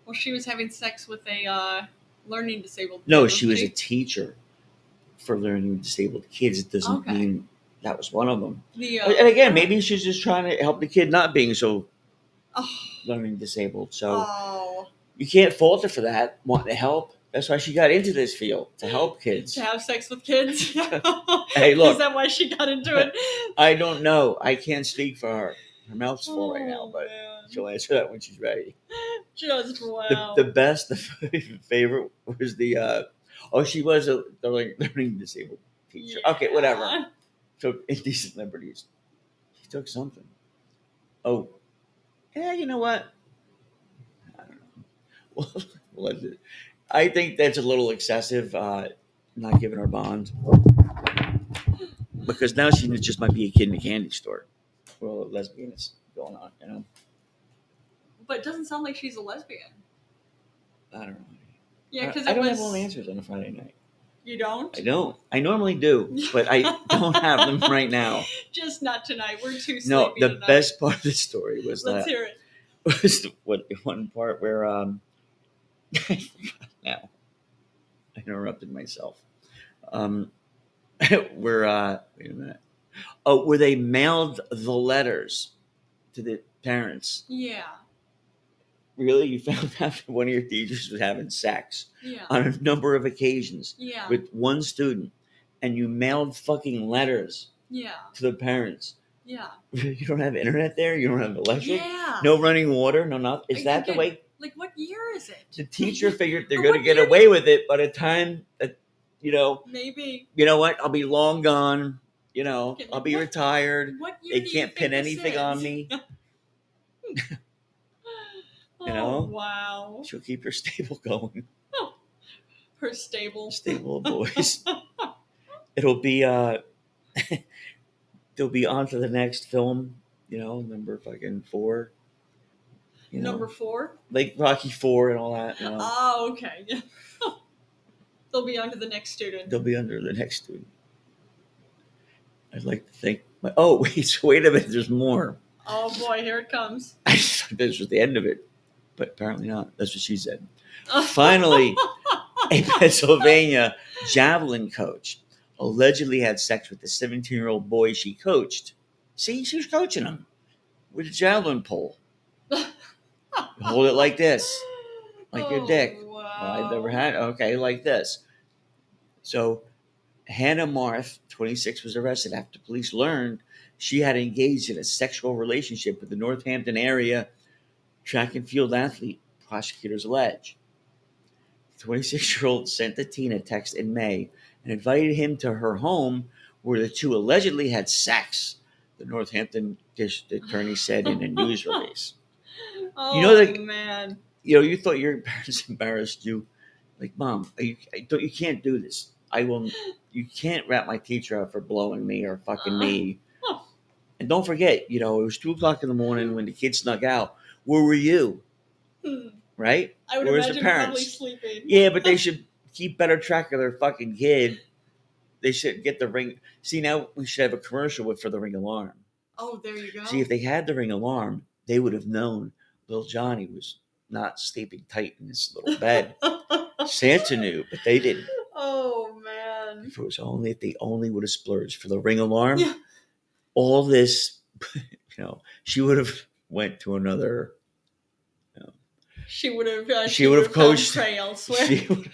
Speaker 1: Well, she was having sex with a uh, learning disabled.
Speaker 2: no.
Speaker 1: person.
Speaker 2: She was a teacher for learning disabled kids. It doesn't
Speaker 1: Okay.
Speaker 2: mean that was one of them.
Speaker 1: the, uh,
Speaker 2: And again, maybe she's just trying to help the kid not being so
Speaker 1: Oh,
Speaker 2: learning disabled. So
Speaker 1: oh,
Speaker 2: you can't fault her for that, wanting to help. That's why she got into this field to help kids.
Speaker 1: to have sex with kids.
Speaker 2: Hey,
Speaker 1: Is
Speaker 2: look,
Speaker 1: that why she got into it?
Speaker 2: I don't know. I can't speak for her. Her mouth's full right now,
Speaker 1: Oh,
Speaker 2: but
Speaker 1: man.
Speaker 2: she'll answer that when she's ready.
Speaker 1: just
Speaker 2: The,
Speaker 1: wow.
Speaker 2: the best, the favorite was the. Uh, oh, she was a the learning, learning disabled teacher. Okay, whatever.
Speaker 1: Yeah. Uh,
Speaker 2: took indecent liberties. She took something. Oh, yeah, you know what? I don't know. Well, let it- I think that's a little excessive, uh, not giving her bond. Because now she just might be a kid in a candy store. Well, lesbian is going on, you know?
Speaker 1: But it doesn't sound like she's a lesbian.
Speaker 2: I don't know.
Speaker 1: Yeah, because
Speaker 2: Uh, I, I
Speaker 1: it
Speaker 2: don't
Speaker 1: was.
Speaker 2: have all the answers on a Friday night.
Speaker 1: You don't.
Speaker 2: I don't. I normally do, but I don't have them right now.
Speaker 1: Just not tonight. We're too sleepy.
Speaker 2: No, the
Speaker 1: tonight.
Speaker 2: best part of the story was that
Speaker 1: Let's hear it.
Speaker 2: was the one, one part where um now I interrupted myself. Um where uh wait a minute. Oh, where they mailed the letters to the parents.
Speaker 1: Yeah.
Speaker 2: Really? You found out that one of your teachers was having sex
Speaker 1: Yeah.
Speaker 2: on a number of occasions
Speaker 1: Yeah.
Speaker 2: with one student and you mailed fucking letters
Speaker 1: Yeah.
Speaker 2: to the parents.
Speaker 1: Yeah.
Speaker 2: You don't have internet there, you don't have electric,
Speaker 1: Yeah.
Speaker 2: no running water, no nothing. Is
Speaker 1: Like,
Speaker 2: that the
Speaker 1: okay.
Speaker 2: way
Speaker 1: Like what year is it?
Speaker 2: the teacher figured they're
Speaker 1: But
Speaker 2: going to
Speaker 1: what
Speaker 2: get
Speaker 1: year
Speaker 2: away with it by the time that you know
Speaker 1: Maybe.
Speaker 2: you know what i'll be long gone you know
Speaker 1: Okay,
Speaker 2: i'll be
Speaker 1: what-
Speaker 2: retired
Speaker 1: What year?
Speaker 2: they
Speaker 1: do you
Speaker 2: can't
Speaker 1: think
Speaker 2: pin
Speaker 1: this
Speaker 2: anything on
Speaker 1: is?
Speaker 2: me
Speaker 1: Oh,
Speaker 2: know?
Speaker 1: Wow.
Speaker 2: she'll keep her stable going
Speaker 1: Her stable.
Speaker 2: stable of boys it'll be uh they'll be on to the next film you know number fucking four you know
Speaker 1: Number four.
Speaker 2: like rocky four and all that you know.
Speaker 1: Oh, okay. They'll be on to the next student.
Speaker 2: they'll be under the next student i'd like to think my, oh wait so wait a minute there's more
Speaker 1: Oh boy, here it comes.
Speaker 2: I just thought this was the end of it, but apparently not. That's what she said. Finally, a Pennsylvania javelin coach allegedly had sex with the 17 year old boy she coached. See, she was coaching him with a javelin pole. You Hold it like this. Like your
Speaker 1: Oh,
Speaker 2: dick.
Speaker 1: Wow.
Speaker 2: Well, I've never had. Okay, like this. So, Hannah Marth, 26, was arrested after police learned she had engaged in a sexual relationship with the Northampton area track and field athlete, prosecutors allege. The 26 year old sent the teen a text in May and invited him to her home where the two allegedly had sex, the Northampton district attorney said in a news release
Speaker 1: Oh,
Speaker 2: You know, like-
Speaker 1: man.
Speaker 2: you know, you thought your parents embarrassed you. Like, mom, are you, I don't, you can't do this. I will. You can't wrap my teacher up for blowing me or fucking me. And don't forget, you know, it was two o'clock in the morning when the kid snuck out. Where were you?
Speaker 1: Hmm.
Speaker 2: Right?
Speaker 1: I would
Speaker 2: Where's the
Speaker 1: imagine probably
Speaker 2: parents?
Speaker 1: sleeping.
Speaker 2: Yeah, but they should keep better track of their fucking kid. They should get the ring. See, now we should have a commercial with for the ring alarm.
Speaker 1: Oh, there you go.
Speaker 2: See, if they had the ring alarm, they would have known little Johnny was not sleeping tight in his little bed. Santa knew, but they didn't.
Speaker 1: oh man.
Speaker 2: If it was only if they only would have splurged for the ring alarm,
Speaker 1: Yeah.
Speaker 2: all this, you know, she would have went to another.
Speaker 1: She would have. Uh,
Speaker 2: She would have
Speaker 1: found
Speaker 2: coached-
Speaker 1: prey elsewhere.
Speaker 2: She would,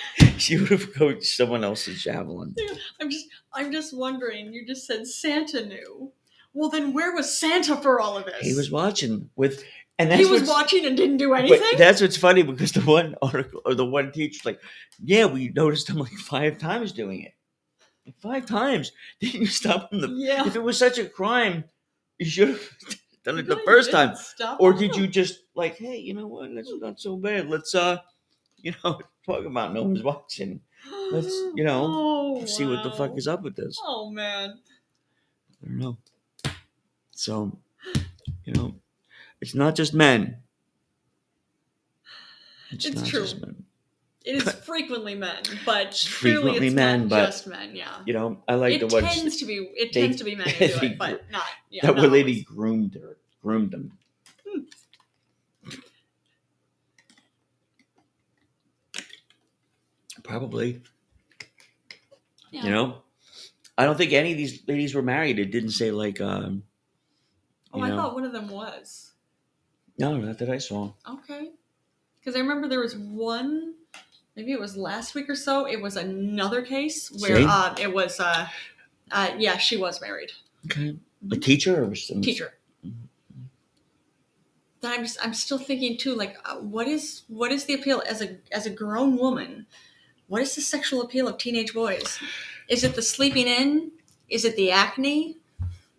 Speaker 2: she would have coached someone else's javelin.
Speaker 1: I'm just. I'm just wondering. You just said Santa knew. Well, then where was Santa for all of this?
Speaker 2: He was watching with, and that's
Speaker 1: He was
Speaker 2: what's-
Speaker 1: watching and didn't do
Speaker 2: but
Speaker 1: anything.
Speaker 2: that's what's funny because the one article or the one teacher's like, yeah, we noticed him like five times doing it. Like, five times. Didn't you stop him? The,
Speaker 1: yeah.
Speaker 2: If it was such a crime, you should have done it the first time.
Speaker 1: Stop.
Speaker 2: or did you just like hey you know what that's not so bad let's uh you know talk about no one's watching let's, you know,
Speaker 1: oh,
Speaker 2: see what the
Speaker 1: wow.
Speaker 2: fuck is up with this
Speaker 1: Oh man.
Speaker 2: i don't know so you know it's not just men
Speaker 1: It's true.
Speaker 2: men
Speaker 1: It is frequently men, but
Speaker 2: It's
Speaker 1: clearly
Speaker 2: frequently
Speaker 1: it's
Speaker 2: men,
Speaker 1: not
Speaker 2: but-
Speaker 1: just men. Yeah.
Speaker 2: you know i like
Speaker 1: it
Speaker 2: the ones
Speaker 1: tends to be. It
Speaker 2: they-
Speaker 1: tends to be men who do
Speaker 2: they-
Speaker 1: it, but not. Yeah,
Speaker 2: that
Speaker 1: not
Speaker 2: one lady
Speaker 1: always.
Speaker 2: groomed her groomed them probably
Speaker 1: Yeah.
Speaker 2: You know, I don't think any of these ladies were married. It didn't say like, um,
Speaker 1: Oh,
Speaker 2: you
Speaker 1: I
Speaker 2: know,
Speaker 1: thought one of them was.
Speaker 2: no, not that I saw.
Speaker 1: Okay. Because I remember there was one, maybe it was last week or so. It was another case where
Speaker 2: See?
Speaker 1: uh, it was, uh, uh, yeah, she was married,
Speaker 2: Okay. A teacher or some
Speaker 1: teacher. Then I'm just, I'm still thinking too, like, uh, what is, what is the appeal as a, as a grown woman? What is the sexual appeal of teenage boys? Is it the sleeping in? Is it the acne?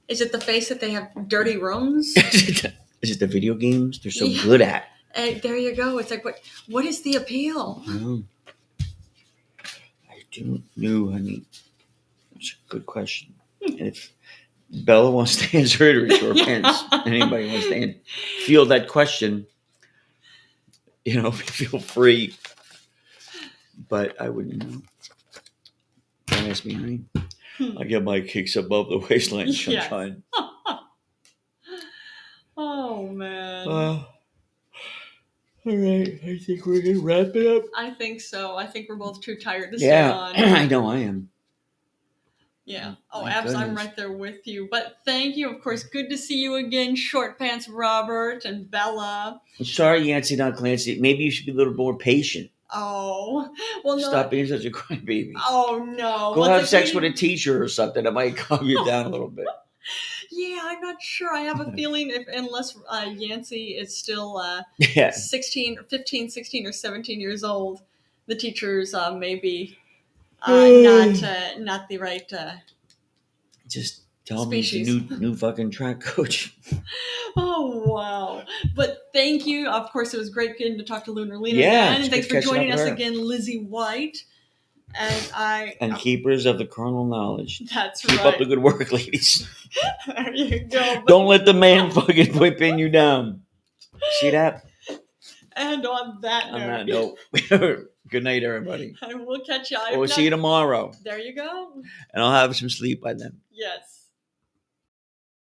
Speaker 1: Is it the face that they have dirty rooms?
Speaker 2: Is it the video games they're so
Speaker 1: Yeah.
Speaker 2: good at?
Speaker 1: Uh, there you go. It's like what what is the appeal?
Speaker 2: No. Um, I don't know, honey. That's a good question. And if Bella wants to answer it or it's your parents, anybody wants to an- feel that question, you know, feel free. But I wouldn't know. Don't ask me, honey. I get my kicks above the waistline
Speaker 1: Yes.
Speaker 2: sunshine.
Speaker 1: Oh man.
Speaker 2: Uh, all right, I think we're going to wrap it up.
Speaker 1: I think so. I think we're both too tired to
Speaker 2: Yeah,
Speaker 1: stay on.
Speaker 2: I know I am.
Speaker 1: Yeah. Oh,
Speaker 2: My
Speaker 1: Abs, I'm
Speaker 2: goodness.
Speaker 1: right there with you. But thank you, of course. Good to see you again, Short Pants Robert and Bella.
Speaker 2: I'm sorry, Yancy, not Clancy. Maybe you should be a little more patient.
Speaker 1: Oh, well, no.
Speaker 2: Stop being such a crybaby.
Speaker 1: Oh no.
Speaker 2: Go
Speaker 1: Once
Speaker 2: have sex
Speaker 1: again-
Speaker 2: with a teacher or something. That might calm you down a little bit.
Speaker 1: Yeah, I'm not sure. I have a feeling if unless uh, Yancey is still uh,
Speaker 2: Yeah.
Speaker 1: 16 or 15 16 or 17 years old the teachers uh, may be uh, not uh, not the right uh,
Speaker 2: Just tell
Speaker 1: Species.
Speaker 2: me it's a new, new fucking track coach.
Speaker 1: oh wow but thank you of course it was great getting to talk to lunar lena
Speaker 2: Yeah,
Speaker 1: again
Speaker 2: it's
Speaker 1: and thanks
Speaker 2: good
Speaker 1: for
Speaker 2: catching
Speaker 1: joining
Speaker 2: up with
Speaker 1: us
Speaker 2: her.
Speaker 1: again lizzie white and i
Speaker 2: And keepers of the carnal knowledge.
Speaker 1: that's
Speaker 2: Keep up
Speaker 1: right
Speaker 2: the good work, ladies.
Speaker 1: there you go
Speaker 2: Don't let the man fucking whipping you down. See that?
Speaker 1: and on that
Speaker 2: On
Speaker 1: note
Speaker 2: that note. good night, everybody.
Speaker 1: i will catch you I've
Speaker 2: We'll
Speaker 1: not-
Speaker 2: see you tomorrow.
Speaker 1: there you go
Speaker 2: And I'll have some sleep by then.
Speaker 1: yes